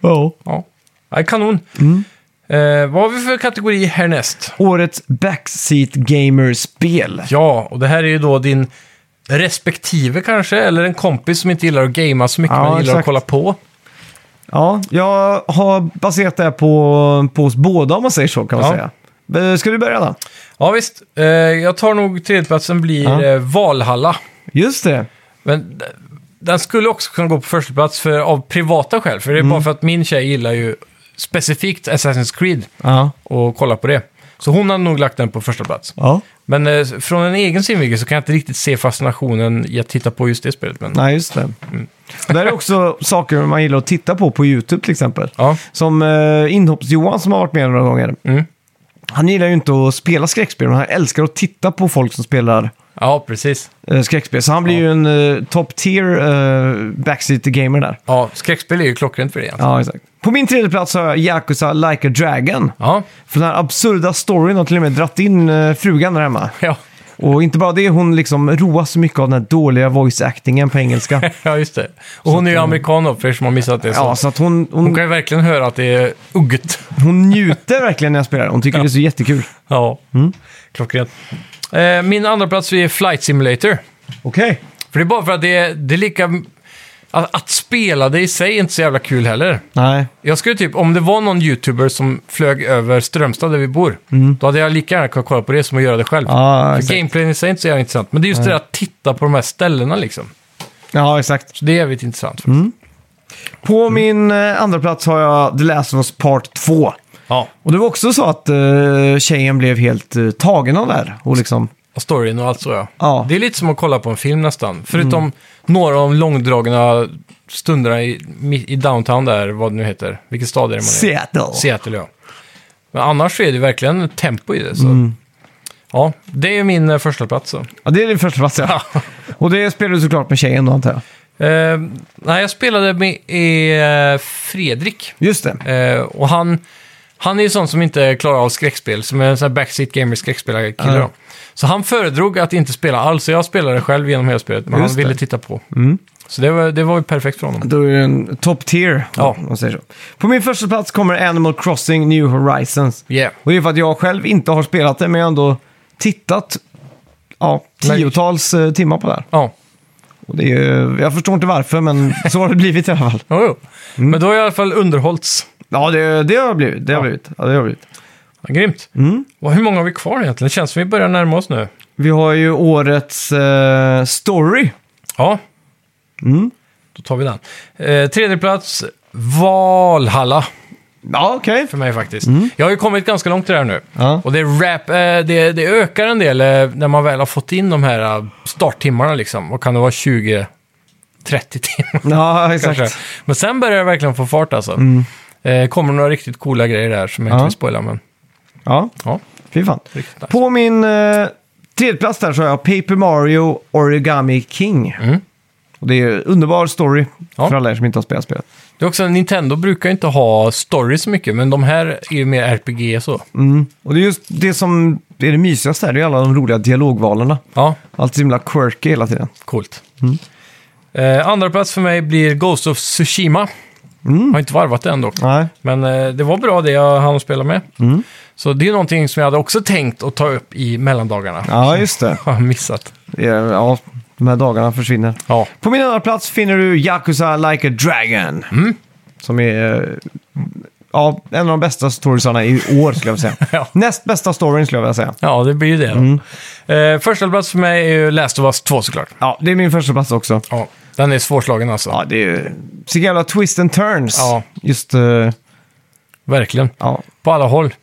A: Ja.
B: Ja, ja kanon.
A: Mm.
B: Eh, vad har vi för kategori härnäst?
A: Årets backseat gamer-spel.
B: Ja, och det här är ju då din respektive kanske, eller en kompis som inte gillar att gamea så mycket
A: Ja,
B: men gillar att
A: exakt.
B: kolla på.
A: Ja, jag har baserat det här på, på oss båda om man säger så kan man
B: Ja.
A: säga. Men Ska du börja då?
B: Ja, visst. Eh, jag tar nog tredjeplatsen blir
A: Ja.
B: eh, Valhalla.
A: Just det.
B: Men eh, den skulle också kunna gå på första plats för, av privata skäl. För det är
A: Mm.
B: bara för att min tjej gillar ju specifikt Assassin's Creed
A: Ja.
B: och kollar på det. Så hon hade nog lagt den på första plats.
A: ja.
B: Men eh, från en egen synvinkel så kan jag inte riktigt se fascinationen i att titta på just det spelet. Men,
A: Nej, just det. Och Där är också saker man gillar att titta på på YouTube till exempel.
B: ja.
A: Som eh, inhopps-Johan som har varit med några gånger.
B: Mm.
A: Han gillar ju inte att spela skräckspel, men han älskar att titta på folk som spelar
B: ja, precis.
A: eh, skräckspel. Så han blir ju en eh, top tier eh, backseat gamer där.
B: Ja, skräckspel är ju klockrent för det. egentligen.
A: Ja, exakt. På min tredje plats har jag Yakuza Like a Dragon.
B: Ja,
A: För den här absurda storyn har till och med dratt in eh, frugan där hemma.
B: ja.
A: Och inte bara det, hon liksom roas så mycket av den här dåliga voice-actingen på engelska.
B: ja just det. Och hon är ju amerikan då, för er som har missat det. Så.
A: eh, Ja, så att hon,
B: Hon
A: hon,
B: kan ju verkligen höra att det är ugget.
A: hon njuter verkligen när jag spelar. Hon tycker det är så jättekul.
B: Ja,
A: Mm.
B: klockrent. Eh, min andra plats är Flight Simulator.
A: Okej.
B: För det är bara för att det är, det är lika... Att, att spela det i sig är inte så jävla kul heller.
A: Nej.
B: Jag skulle typ, om det var någon YouTuber som flög över Strömstad där vi bor, då hade jag lika gärna kunnat kolla på det som att göra det själv.
A: Mm. Ja,
B: för
A: exakt.
B: gameplayen i sig är inte så jävla intressant, men det är just det där att titta på de här ställena liksom.
A: Ja, exakt.
B: Så det är jävligt intressant.
A: Mm. På min eh, andra plats har jag The Last of Us Part 2.
B: Ja,
A: Och det var också så att eh, tjejen blev helt eh, tagen av det här. Och liksom,
B: och storyn och allt så ja.
A: Ja.
B: Det är lite som att kolla på en film nästan. Förutom några av de långdragna stunderna i, mi- i downtown där, vad det nu heter. Vilken stad är det man är i?
A: Seattle.
B: Seattle, ja. Men annars så är det verkligen tempo i det. Så.
A: Mm.
B: Ja, det är min eh, första plats så.
A: Ja, det är din första plats ja. Och det spelar du såklart med tjejen då antar jag.
B: Eh, nej, jag spelade med eh, Fredrik.
A: Just det.
B: Eh, och han, han är ju sån som inte klarar av skräckspel, som är en sån här backseat gamer skräckspelare-kille.
A: Ja.
B: då. Så han föredrog att inte spela alls, så jag spelade själv genom hela spelet, men
A: Just
B: han ville
A: det. Mm.
B: titta på. Så det var, det var ju perfekt för honom.
A: Då är det en top tier.
B: Ja.
A: om man säger så. På min första plats kommer Animal Crossing New Horizons.
B: Yeah.
A: Och det är för att jag själv inte har spelat det, men jag har ändå tittat ja,
B: Men-
A: tiotals eh, timmar på det här.
B: Ja,
A: Och det är ju, jag förstår inte varför, men så har det blivit i alla fall.
B: jo, jo.
A: Mm.
B: Men då har jag i alla fall underhållits.
A: Ja, det, det har jag blivit. Det har jag blivit. Ja, det har jag blivit.
B: Ja, grymt.
A: Mm.
B: Och hur många har vi kvar egentligen? Det känns som vi börjar närma oss nu.
A: Vi har ju årets eh, story.
B: Ja,
A: Mm.
B: då tar vi den. Eh, tredje plats, Valhalla.
A: Ja, okej.
B: för mig faktiskt.
A: Mm.
B: Jag har ju kommit ganska långt i det här nu.
A: Ja.
B: Och det, rap, eh, det, det ökar en del eh, när man väl har fått in de här eh, starttimmarna liksom. Vad kan det vara? 20-30 timmar
A: Ja, exakt. Mm.
B: kanske. Men sen börjar det verkligen få fart alltså. Eh, kommer några riktigt coola grejer där som jag inte
A: Ja.
B: vill spoila, men
A: Ja,
B: ja.
A: fy fan.
B: Riktigt nice.
A: På min eh, tredje plats där så har jag Paper Mario Origami King. Och det är en underbar story
B: Mm. Ja.
A: för alla er som inte har spelat spelet.
B: Det är också, Nintendo brukar ju inte ha stories så mycket, men de här är ju mer RPG så.
A: Mm. Och det är just det som är det mysigaste här, det är alla de roliga dialogvalerna.
B: Ja,
A: Allt så himla quirky hela tiden.
B: coolt.
A: Mm.
B: Eh, andra plats för mig blir Ghost of Tsushima.
A: Mm.
B: Har inte varvat det än dock.
A: Nej.
B: Men eh, det var bra det jag hann spela med.
A: Mm.
B: Så det är någonting som jag hade också tänkt att ta upp i mellandagarna.
A: Ja, just det.
B: Har jag missat.
A: Det är- Ja, de här dagarna försvinner.
B: Ja.
A: På min andra plats finner du Yakuza Like a Dragon.
B: Mm.
A: Som är eh, ja, en av de bästa storiesarna i år skulle jag vilja säga.
B: Ja.
A: Näst bästa storyn skulle jag vilja säga.
B: ja, det blir ju det. då.
A: Mm.
B: Eh, första plats för mig är ju Last of Us 2 såklart.
A: Ja, det är min första plats också.
B: Ja, den är svårslagen alltså.
A: Ja, det är ju så jävla twist and turns.
B: Ja.
A: Just, eh,
B: Verkligen.
A: ja.
B: På alla håll.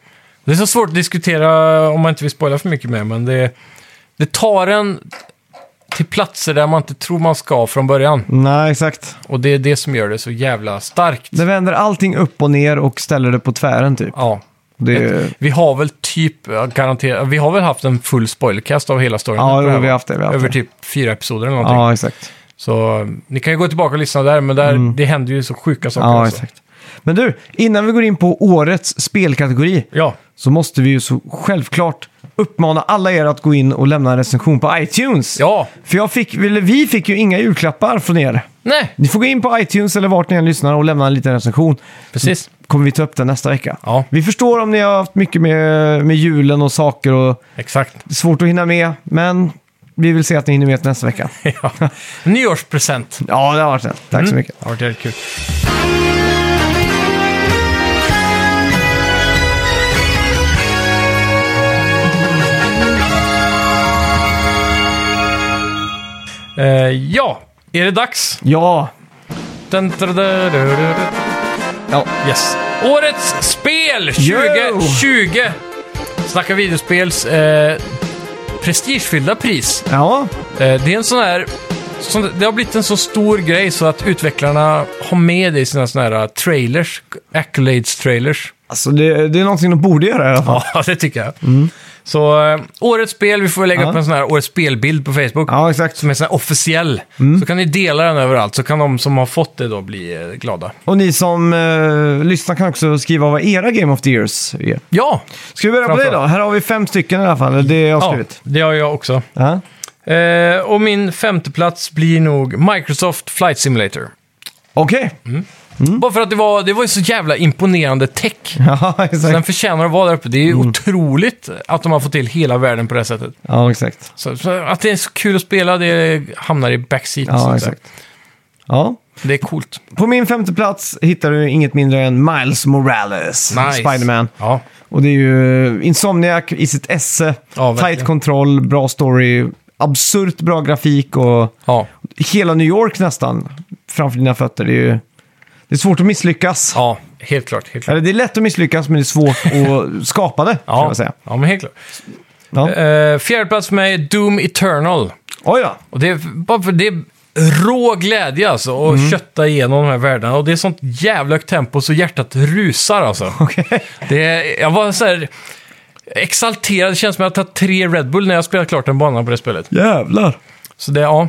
B: Det är så svårt att diskutera om man inte vill spoila för mycket med, men det, det tar en till platser där man inte tror man ska från början.
A: Nej, exakt.
B: Och det är det som gör det så jävla starkt.
A: Det vänder allting upp och ner och ställer det på tvären typ.
B: Ja.
A: Det är,
B: Vi har väl typ, eh, garanterat, vi har väl haft en full spoilercast av hela storyn.
A: Ja,
B: tror jag,
A: jo, vi har
B: va?
A: haft det, vi har haft
B: Över
A: det.
B: typ fyra episoder eller någonting.
A: ja, exakt.
B: Så eh, ni kan ju gå tillbaka och lyssna där, men där, det händer ju så sjuka saker.
A: Mm. Ja,
B: alltså.
A: exakt. Men du, innan vi går in på årets spelkategori
B: Ja,
A: så måste vi ju så självklart uppmana alla er att gå in och lämna en recension på iTunes.
B: ja,
A: För jag fick, eller vi fick ju inga julklappar från er.
B: nej,
A: Ni får gå in på iTunes eller vart ni än lyssnar och lämna en liten recension.
B: precis.
A: Kommer vi ta upp den nästa vecka.
B: Ja.
A: Vi förstår om ni har haft mycket med, med julen och saker och
B: Exakt.
A: det är svårt att hinna med. Men vi vill se att ni hinner med till nästa vecka.
B: Ja. Nyårspresent.
A: Ja, det har varit det. Tack så mycket.
B: Ja, det är kul. Eh, ja, Är det dags?
A: Ja.
B: Dun, dun, dun, dun, dun.
A: ja.
B: Yes. Årets spel
A: Yo!
B: 2020! Snacka videospels eh, prestigefyllda pris.
A: Ja,
B: Eh, det är en sån här... Som, det har blivit en så stor grej så att utvecklarna har med det i sina såna här trailers. Accolades-trailers.
A: alltså det, det är någonting de borde göra i alla fall.
B: Ja, det tycker jag. Så eh, årets spel, vi får lägga
A: Ja.
B: upp en sån här årets spelbild på Facebook.
A: Ja, exakt.
B: Som är sån här officiell. Så kan ni dela den överallt, så kan de som har fått det då bli eh, glada.
A: Och ni som eh, lyssnar kan också skriva vad era Game of the Years är.
B: Ja!
A: Ska vi börja på dig då? Här har vi fem stycken i alla fall, eller det jag har
B: ja
A: skrivit.
B: det har jag också.
A: Ja.
B: Eh, och min femte plats blir nog Microsoft Flight Simulator.
A: Okej.
B: Mm.
A: Mm.
B: Bara för att det var, det var ju så jävla imponerande tech.
A: Ja,
B: Så den
A: exakt.
B: förtjänar att vara där uppe. Det är ju
A: Mm.
B: otroligt att de har fått till hela världen på det här sättet.
A: Ja, exakt.
B: Så, så att det är så kul att spela, det hamnar i backseat. och
A: Ja,
B: sånt där.
A: exakt. Ja.
B: Det är coolt.
A: På min femte plats hittar du inget mindre än Miles Morales,
B: Nice.
A: Spiderman.
B: Ja.
A: Och det är ju Insomniac i sitt esse.
B: Ja, verkligen.
A: tight kontroll, bra story, absurt bra grafik och
B: Ja.
A: hela New York nästan framför dina fötter. Det är ju det är svårt att misslyckas.
B: ja, helt klart. Helt klart.
A: Eller det är lätt att misslyckas, men det är svårt att skapa det, ja.
B: Ja,
A: jag säga.
B: ja, men helt klart.
A: Ja.
B: Eh, fjärde plats för mig, Doom Eternal.
A: Oj då.
B: Och det är bara för det är rå glädje alltså att kötta igenom de här världarna. Och det är sånt jävla högt tempo så hjärtat rusar alltså.
A: Okej.
B: Det är, jag var så här exalterad. Det känns som att jag har tagit tre Red Bull när jag spelat klart en bana på det spelet.
A: Jävlar.
B: Så det, ja.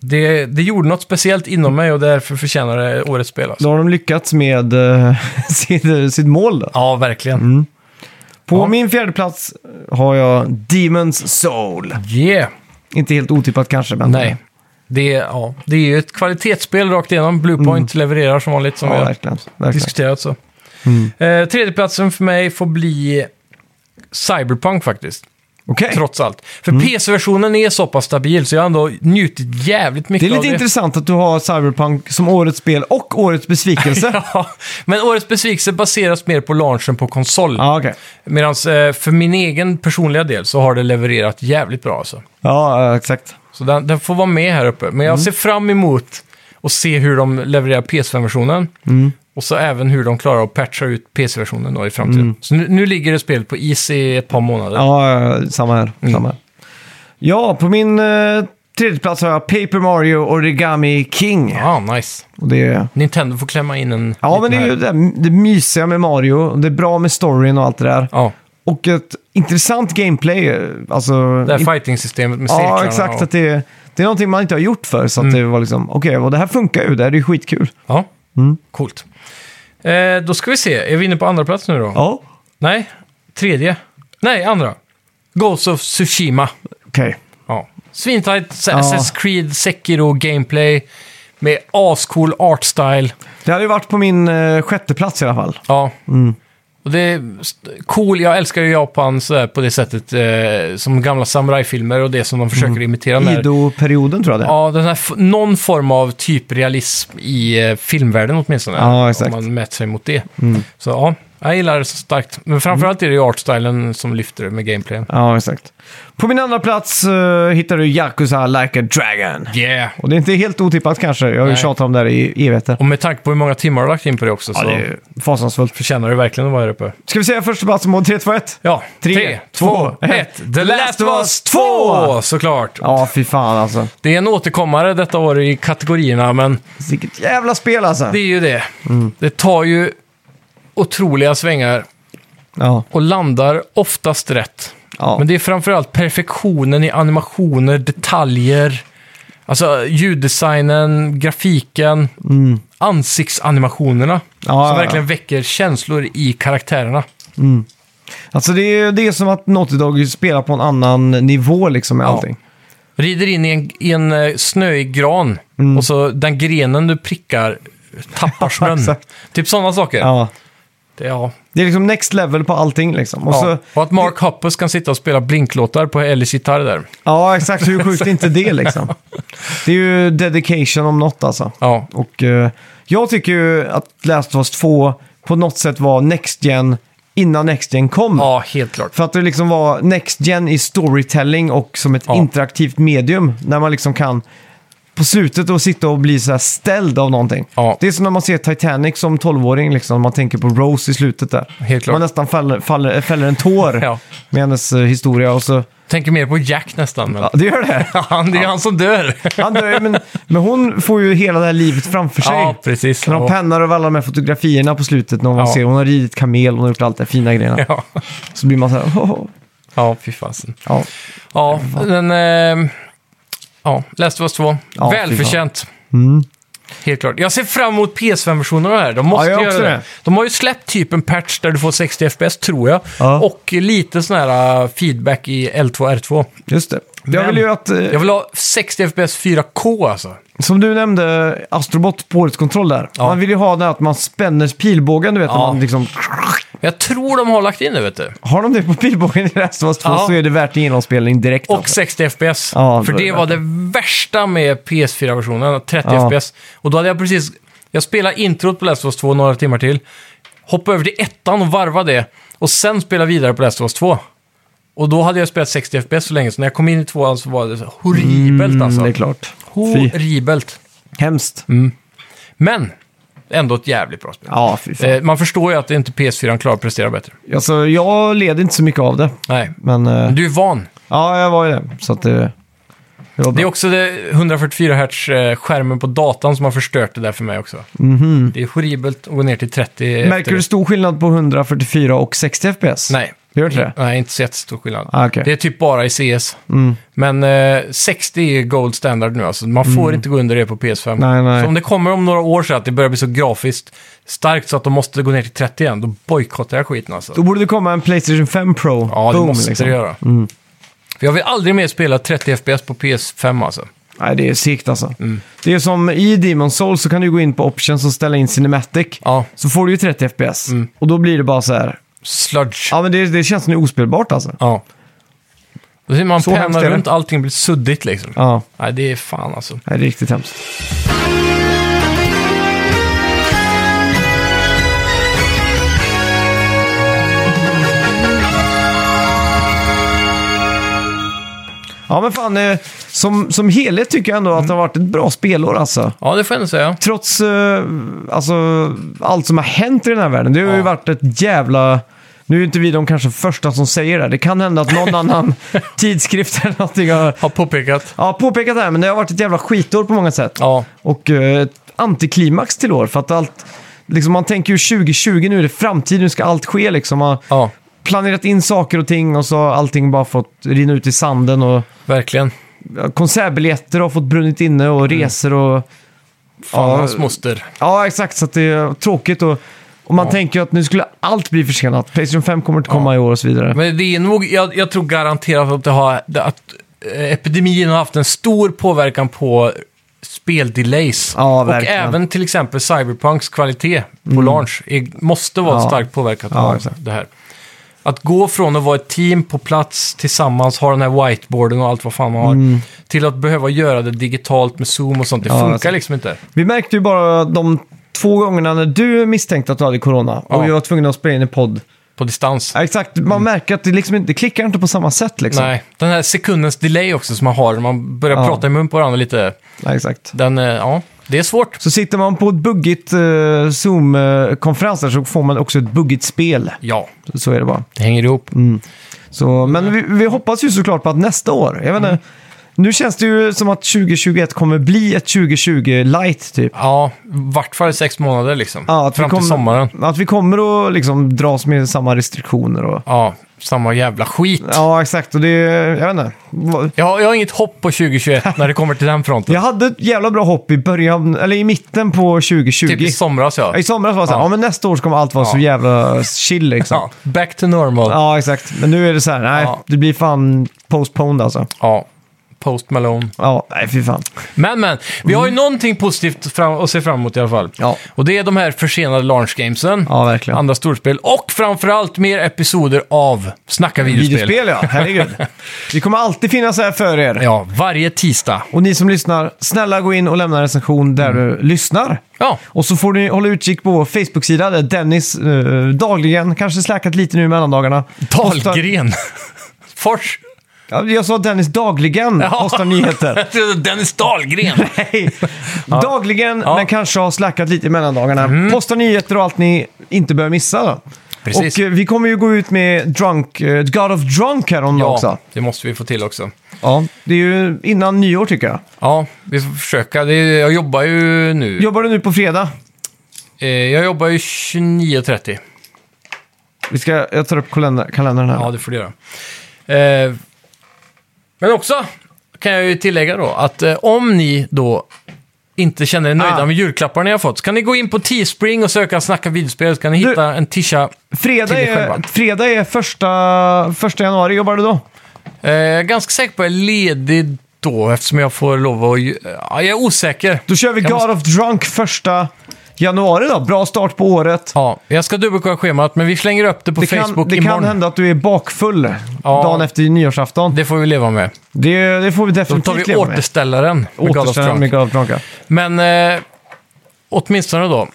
B: Det, det gjorde något speciellt inom mig och därför förtjänar det årets spel alltså.
A: Då har de lyckats med eh, sitt, sitt mål. Då.
B: Ja, verkligen.
A: På
B: Ja.
A: min fjärde plats har jag Demons Soul.
B: Yeah.
A: Inte helt otippat kanske, men...
B: Nej. Det, är- ja, det är ju ett kvalitetsspel rakt igenom. Bluepoint levererar som vanligt som
A: Ja,
B: vi har
A: verkligen. verkligen.
B: diskuterat så.
A: Mm.
B: Eh, tredjeplatsen för mig får bli Cyberpunk faktiskt.
A: Okej.
B: Trots allt. För
A: Mm.
B: PC-versionen är så pass stabil så jag har ändå njutit jävligt
A: Det är
B: mycket
A: lite
B: av det.
A: intressant att du har Cyberpunk som årets spel och årets besvikelse. ja,
B: Ja, men årets besvikelse baseras mer på launchen på konsol.
A: okej.
B: Medan eh, för min egen personliga del så har det levererat jävligt bra alltså.
A: Ja, eh, exakt.
B: Så den, den får vara med här uppe. Men jag
A: Mm.
B: ser fram emot att se hur de levererar PS5-versionen.
A: Mm.
B: Och så även hur de klarar att patcha ut PC-versionen då i framtiden. Så nu, nu ligger det spelet på is i ett par månader.
A: Mm. Ja, eh, samma här.
B: Mm.
A: Samma här. Ja, på min eh, tredje plats har jag Paper Mario Origami King.
B: Ja, nice.
A: Och det är...
B: Nintendo får klämma in en
A: Ja,
B: liten
A: men det är
B: här.
A: ju det, där- det mysiga med Mario. Det är bra med storyn och allt det där.
B: Ja,
A: Och ett intressant gameplay. eh, Alltså,
B: det här
A: in-
B: fighting-systemet med cirklarna.
A: ja, exakt.
B: och- Mm.
A: Att det, är- det är någonting man inte har gjort förr. Så att det var liksom, okej, och det här funkar ju. Det här är ju skitkul.
B: Ja,
A: Mm.
B: coolt. Eh, då ska vi se, är vi inne på andra plats nu då?
A: Ja.
B: Nej, tredje. Nej, andra. Ghost of Tsushima.
A: Okej.
B: Ja. Svintajt
A: Ja.
B: Assassin's Creed, Sekiro, gameplay med ascool artstyle.
A: Det hade ju varit på min eh, sjätte plats i alla fall.
B: Ja.
A: Mm.
B: Och det är st- cool, jag älskar ju Japan sådär, på det sättet, eh, som gamla samurajfilmer och det som de
A: Mm.
B: försöker imitera. den här-
A: Ido-perioden tror jag det är.
B: Ja, den här, f- någon form av typ realism i eh, filmvärlden åtminstone.
A: Ja, exakt. Mm.
B: Om man mäter sig mot det. Så ja, jag gillar det så starkt. Men framförallt är det ju artstylen som lyfter det med gameplayen.
A: Ja, exakt. På min andra plats eh, hittar du Yakuza Like a Dragon.
B: Yeah!
A: Och det är inte helt otippat kanske. Jag har ju
B: Nej.
A: tjatat om det här i evigheter.
B: Och med tanke på hur många timmar du har lagt in på det också
A: Ja,
B: så
A: det är fasansfullt.
B: förtjänar det verkligen att vara här uppe.
A: Ska vi säga första plats mot 3, 2, 1?
B: Ja,
A: Tre,
B: tre,
A: två,
B: två,
A: ett.
B: ett. The Last of Us 2! Såklart.
A: Ja, fy fan alltså.
B: Det är en återkommare detta år i kategorierna, men
A: Vilket jävla spel alltså.
B: det är ju det. Det tar ju otroliga svängar
A: Ja,
B: och landar oftast rätt.
A: ja.
B: Men det är framförallt perfektionen i animationer, detaljer, alltså ljuddesignen, grafiken, ansiktsanimationerna.
A: ja,
B: som
A: ja.
B: verkligen väcker känslor i karaktärerna.
A: Alltså det är, det är som att Naughty Dog spelar på en annan nivå liksom med
B: Ja.
A: allting.
B: Rider in i en, i en eh, snöig gran
A: Mm.
B: och så den grenen du prickar tappar snön.
A: Exakt.
B: typ sådana saker.
A: Ja.
B: Det, ja.
A: Det är liksom next level på allting liksom. Och
B: Och,
A: så,
B: och att Mark Hoppus kan sitta och spela blinklåtar på Ellis gitarr där.
A: ja, exakt. Hur sjukt är inte det liksom? Det är ju dedication om något alltså.
B: Ja,
A: Och eh, jag tycker ju att Last of Us 2 på något sätt var Next Gen innan Next Gen kom.
B: ja helt klart.
A: För att det liksom var Next Gen i storytelling och som ett
B: Ja.
A: interaktivt medium. När man liksom kan på slutet att sitta och bli så här ställd av någonting.
B: Ja.
A: Det är som när man ser Titanic som 12-åring, liksom, man tänker på Rose i slutet där.
B: Helt klart.
A: Man nästan faller, faller, fäller en tår
B: Ja.
A: med hennes eh, historia och så...
B: Tänker mer på Jack nästan. Men...
A: Ja, det gör det.
B: Han, det är han som dör.
A: Han dör ju, men, men hon får ju hela det här livet framför sig.
B: Ja, precis.
A: När de
B: Och-
A: pennar över alla de här fotografierna på slutet, när man
B: Ja.
A: ser hon har ridit kamel, hon har gjort allt det här fina grejerna.
B: Ja,
A: Så blir man så här, "Åh."
B: ja fy fasen.
A: ja.
B: Ja, den... Eh, ja, Last of Us 2.
A: Ja, fy fan. Mm.
B: Välförtjänt. Helt klart. Jag ser fram emot PS5-versionen av det här. De måste
A: Ja, jag
B: göra
A: också
B: det.
A: det.
B: De har ju släppt typ en patch där du får 60 FPS, tror jag.
A: Ja.
B: Och lite sån här eh, feedback i L2 R2.
A: Just det. jag
B: Men-
A: vill ju att, eh,
B: Jag vill ha 60 FPS 4K alltså.
A: som du nämnde, Astrobot på årets kontroll där.
B: Ja.
A: Man vill ju ha det här att man spänner pilbågen, du vet. när
B: Ja.
A: Man liksom,
B: Jag tror de har lagt in det, vet du.
A: har de det på pilbågen i Last of Us 2
B: Ja.
A: så är det värt en genomspelning direkt.
B: Och
A: alltså.
B: 60 FPS.
A: Ja,
B: för
A: det
B: det
A: är
B: var det värsta med PS4-versionen, 30
A: Ja.
B: FPS. Och då hade jag precis... Jag spelade introt på Last of Us 2 några timmar till, hoppade över till ettan och varvade det, och sen spelade vidare på Last of Us 2. Och då hade jag spelat 60 FPS så länge, så när jag kom in i tvåan så var det så horribelt alltså.
A: Mm, det är klart. Fy.
B: Horribelt.
A: Hemskt.
B: Mm. Men, ändå ett jävligt bra spel.
A: Ja, fy fan.
B: Eh, man förstår ju att det inte PS4 klarar att prestera bättre.
A: Alltså, jag led inte så mycket av det.
B: Nej.
A: Men, eh,
B: Du är van.
A: ja, jag var ju det. Så att eh, det, det var
B: Det är
A: bra.
B: också det 144 Hz-skärmen eh, på datan som har förstört det där för mig också. Det är horribelt att gå ner till 30 efter
A: Mhm. Märker du
B: det.
A: stor skillnad på 144 och 60 FPS?
B: Nej.
A: Du gör inte det?
B: Nej, inte så jättestor skillnad.
A: Ah, okej. Mm.
B: Det är typ bara i CS. Men eh, 60 är gold standard nu alltså. Man får inte gå under det på PS5.
A: Mm. Nej, nej.
B: Så om det kommer om några år så att det börjar bli så grafiskt starkt så att de måste gå ner till 30 igen, då bojkottar jag skiten alltså.
A: Då borde det komma en Playstation 5 Pro.
B: Ja, det
A: Boom,
B: måste
A: liksom.
B: det göra. För jag vill aldrig mer spela 30 FPS på PS5 alltså.
A: Nej, det är sikt alltså.
B: Mm.
A: Det är som i Demon Souls så kan du gå in på options och ställa in Cinematic.
B: Ja,
A: Så får du ju 30 FPS. Och då blir det bara så här.
B: sludge.
A: Ja, men det, det känns nu ospelbart alltså.
B: Ja. Då ser man
A: Så hemskt
B: pennar
A: är det.
B: runt, allting blir suddigt liksom.
A: Ja,
B: Nej, det är fan alltså.
A: det är riktigt hemskt. Ja, men fan. eh, Som, som helhet tycker jag ändå att det har varit ett bra spelår alltså.
B: Ja, det får jag ändå säga.
A: trots eh, alltså, allt som har hänt i den här världen. Det har ju
B: Ja.
A: varit ett jävla... Nu är ju inte vi de kanske första som säger det. Det kan hända att någon annan tidskrift eller någonting har
B: Har påpekat.
A: ja, påpekat det här, men det har varit ett jävla skitår på många sätt.
B: Ja,
A: Och eh, ett antiklimax till år, för att allt... Liksom man tänker ju 2020, nu är det framtid, nu ska allt ske liksom. Man har
B: ja,
A: planerat in saker och ting och så har allting bara fått rinna ut i sanden och
B: verkligen.
A: ja, konsertbiljetter har fått brunnit inne och
B: Mm.
A: resor och...
B: Fan,
A: Ja,
B: hans moster.
A: Ja, exakt. Så att det är tråkigt. Och, och man
B: Ja.
A: tänker ju att nu skulle allt bli försenat. Playstation 5 kommer inte komma i år och så vidare.
B: Men det är nog, jag, jag tror garanterat att, det har, att eh, epidemin har haft en stor påverkan på speldelays.
A: Ja,
B: och
A: verkligen. Mm.
B: även till exempel Cyberpunks kvalitet på launch är, måste vara
A: Ja.
B: starkt påverkat
A: Ja,
B: av
A: exakt.
B: det här. Att gå från att vara ett team på plats tillsammans, ha den här whiteboarden och allt vad fan man har, till att behöva göra det digitalt med Zoom och sånt. Det
A: Mm. Ja,
B: funkar
A: exakt.
B: liksom inte.
A: Vi märkte ju bara de två gångerna när du misstänkte att du hade corona och
B: Ja.
A: vi var tvungna att spela in en podd.
B: På distans.
A: Ja, exakt. Man märker att det, liksom inte, det klickar inte på samma sätt. Liksom.
B: Nej, den här sekundens delay också som man har, man börjar
A: Ja.
B: prata i mun på varandra lite.
A: Ja, exakt.
B: Den, eh, ja, det är svårt.
A: Så sitter man på ett buggigt eh, Zoom-konferens där så får man också ett buggigt spel.
B: Ja,
A: Så är det bara.
B: det hänger ihop.
A: Så, men vi, vi hoppas ju såklart på att nästa år, jag vet inte, nu känns det ju som att 2021 kommer bli ett 2020 light typ.
B: Ja, vart fall i sex månader liksom.
A: Ja, att vi
B: Fram till
A: kommer-
B: sommaren.
A: Att vi kommer att liksom dras med samma restriktioner och...
B: Ja, samma jävla skit.
A: Ja, exakt. Och det... Jag vet inte.
B: Jag, har- jag har inget hopp på 2021 när det kommer till den fronten.
A: Jag hade ett jävla bra hopp i början, eller i mitten på 2020.
B: Typ i somras ja.
A: Ja, I somras var det så här,
B: Ja.
A: ja. men nästa år så kommer allt vara så
B: Ja.
A: jävla chill liksom.
B: ja.
A: Ja.
B: Back to normal. Ja.
A: exakt. Men nu är det så här, nej,
B: Ja.
A: det blir fan postponed alltså.
B: Post Malone.
A: Ja, nej fy fan.
B: Men men, vi har ju någonting positivt fram- att se fram emot i alla fall.
A: Mm. Ja.
B: Och det är de här försenade launch gamesen.
A: Ja, verkligen.
B: Andra storspel. Och framförallt mer episoder av Snacka videospel.
A: Videospel ja, herregud. Vi kommer alltid finnas här för er.
B: Ja, varje tisdag.
A: Och ni som lyssnar, snälla gå in och lämna en recension där
B: Mm.
A: du lyssnar.
B: Ja,
A: Och så får ni hålla utkik på vår Facebook-sida där Dennis eh, dagligen, kanske släkat lite nu i mellandagarna.
B: Dahlgren. Fors.
A: Ja, Jag sa Dennis dagligen
B: Ja.
A: postar nyheter.
B: Dennis Dahlgren!
A: Hej. Dagligen,
B: Ja. Mm.
A: men kanske har slackat lite i mellandagarna. Postar nyheter och allt ni inte bör missa. Då.
B: Precis.
A: Och eh, vi kommer ju gå ut med drunk, eh, God of Drunk här om dagen också.
B: Ja, det måste vi få till också.
A: Ja, det är ju innan nyår tycker jag.
B: Ja, vi får försöka. Det är, jag jobbar ju nu.
A: Jobbar du nu på fredag?
B: Eh, jag jobbar ju 29.30.
A: Vi ska, jag tar upp kalender, kalendern här.
B: Ja, det får du göra. Eh, men också kan jag ju tillägga då att eh, om ni då inte känner er nöjda
A: Ah.
B: med julklapparna ni har fått så kan ni gå in på Teespring och söka Snacka videospel så kan ni hitta en tisha.
A: fredag,
B: till er
A: är,
B: själva.
A: fredag är första, första januari. Jobbar du då?
B: Eh, jag är ganska säker på att jag är ledig då eftersom jag får lov att... ju- Ja, jag är osäker.
A: Då kör vi God
B: Jag måste-
A: of Drunk första januari då. Bra start på året.
B: Ja, jag ska dubbelkolla schemat men vi slänger upp det på
A: Det,
B: Facebook
A: kan, det
B: imorgon.
A: kan hända att du är bakfull
B: Ja.
A: dagen efter nyårsafton.
B: Det får vi leva med.
A: Det, det får vi
B: Då
A: definitivt
B: tar vi
A: leva med.
B: återställaren med God of
A: Återställaren
B: Drunk.
A: med God of Drunk. ja.
B: Men eh, åtminstone då.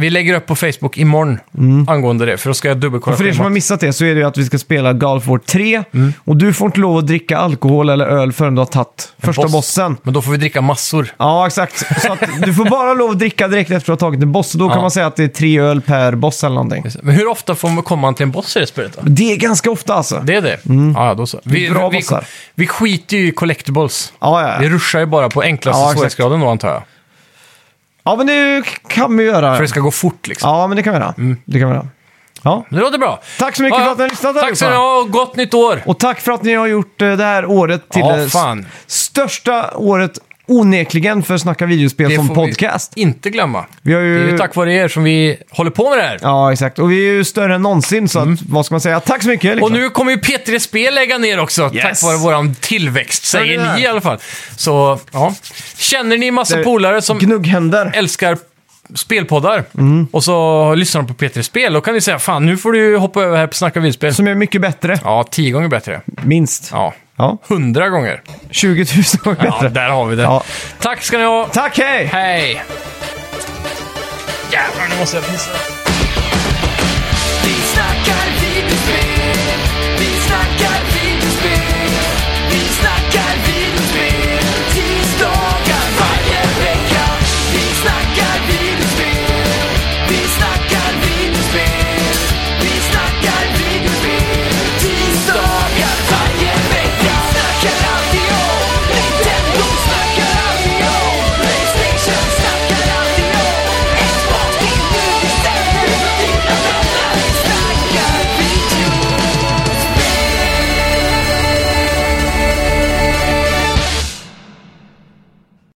B: Vi lägger upp på Facebook imorgon angående det, för då ska jag dubbelkolla
A: Mm. För er som har
B: schemat. Mm.
A: missat det så är det ju att vi ska spela Golf War 3. Och du får inte lov att dricka alkohol eller öl förrän du har tagit första
B: boss.
A: bossen.
B: Men då får vi dricka massor.
A: Ja, exakt. Så att du får bara lov att dricka direkt efter att du har tagit en boss. Och då
B: Ja.
A: kan man säga att det är tre öl per boss eller någonting.
B: Men hur ofta får man komma till en boss i det spelet då?
A: Det är ganska ofta alltså.
B: Det är det? Ja, ja, då så. Vi,
A: Bra
B: vi,
A: bossar.
B: vi skiter ju i collectibles.
A: Ja, ja,
B: Vi
A: ja.
B: ruschar ju bara på enklaste
A: Ja, exakt.
B: svårighetsgraden då antar jag.
A: ja, men det kan vi göra.
B: För det ska gå fort liksom.
A: Ja, men det kan vi göra. Det kan vi göra. Ja.
B: Det låter bra.
A: Tack så mycket för att ni har lyssnat
B: Tack
A: allihopa.
B: så mycket och gott nytt år!
A: Och tack för att ni har gjort eh, det här året till
B: Ja,
A: det s-
B: fan.
A: största året onekligen för Snacka videospel
B: Det
A: som
B: får vi
A: podcast.
B: Inte glömma.
A: Vi har ju-
B: Det är ju tack vare er som vi håller på med det här.
A: Ja, exakt. Och vi är ju större än någonsin, så att, vad ska man säga? Tack så mycket! Liksom.
B: Mm. Och nu kommer ju P3 Spel lägga ner också,
A: Yes.
B: tack vare vår tillväxt,
A: Hör ni
B: säger
A: det?
B: ni i alla fall. Så, ja. Känner ni massa
A: Där-
B: polare som
A: Gnugghänder.
B: älskar spelpoddar
A: Mm.
B: och så lyssnar de på P3 Spel, då kan ni säga fan, nu får du ju hoppa över här på Snacka videospel.
A: Som är mycket bättre,
B: Ja, tio gånger bättre.
A: minst.
B: Ja,
A: Ja.
B: hundra gånger.
A: 20 000 gånger
B: Ja,
A: bättre.
B: där har vi det.
A: Ja.
B: Tack ska ni ha.
A: Tack, hej!
B: Hej! Jävlar, nu måste jag pissa.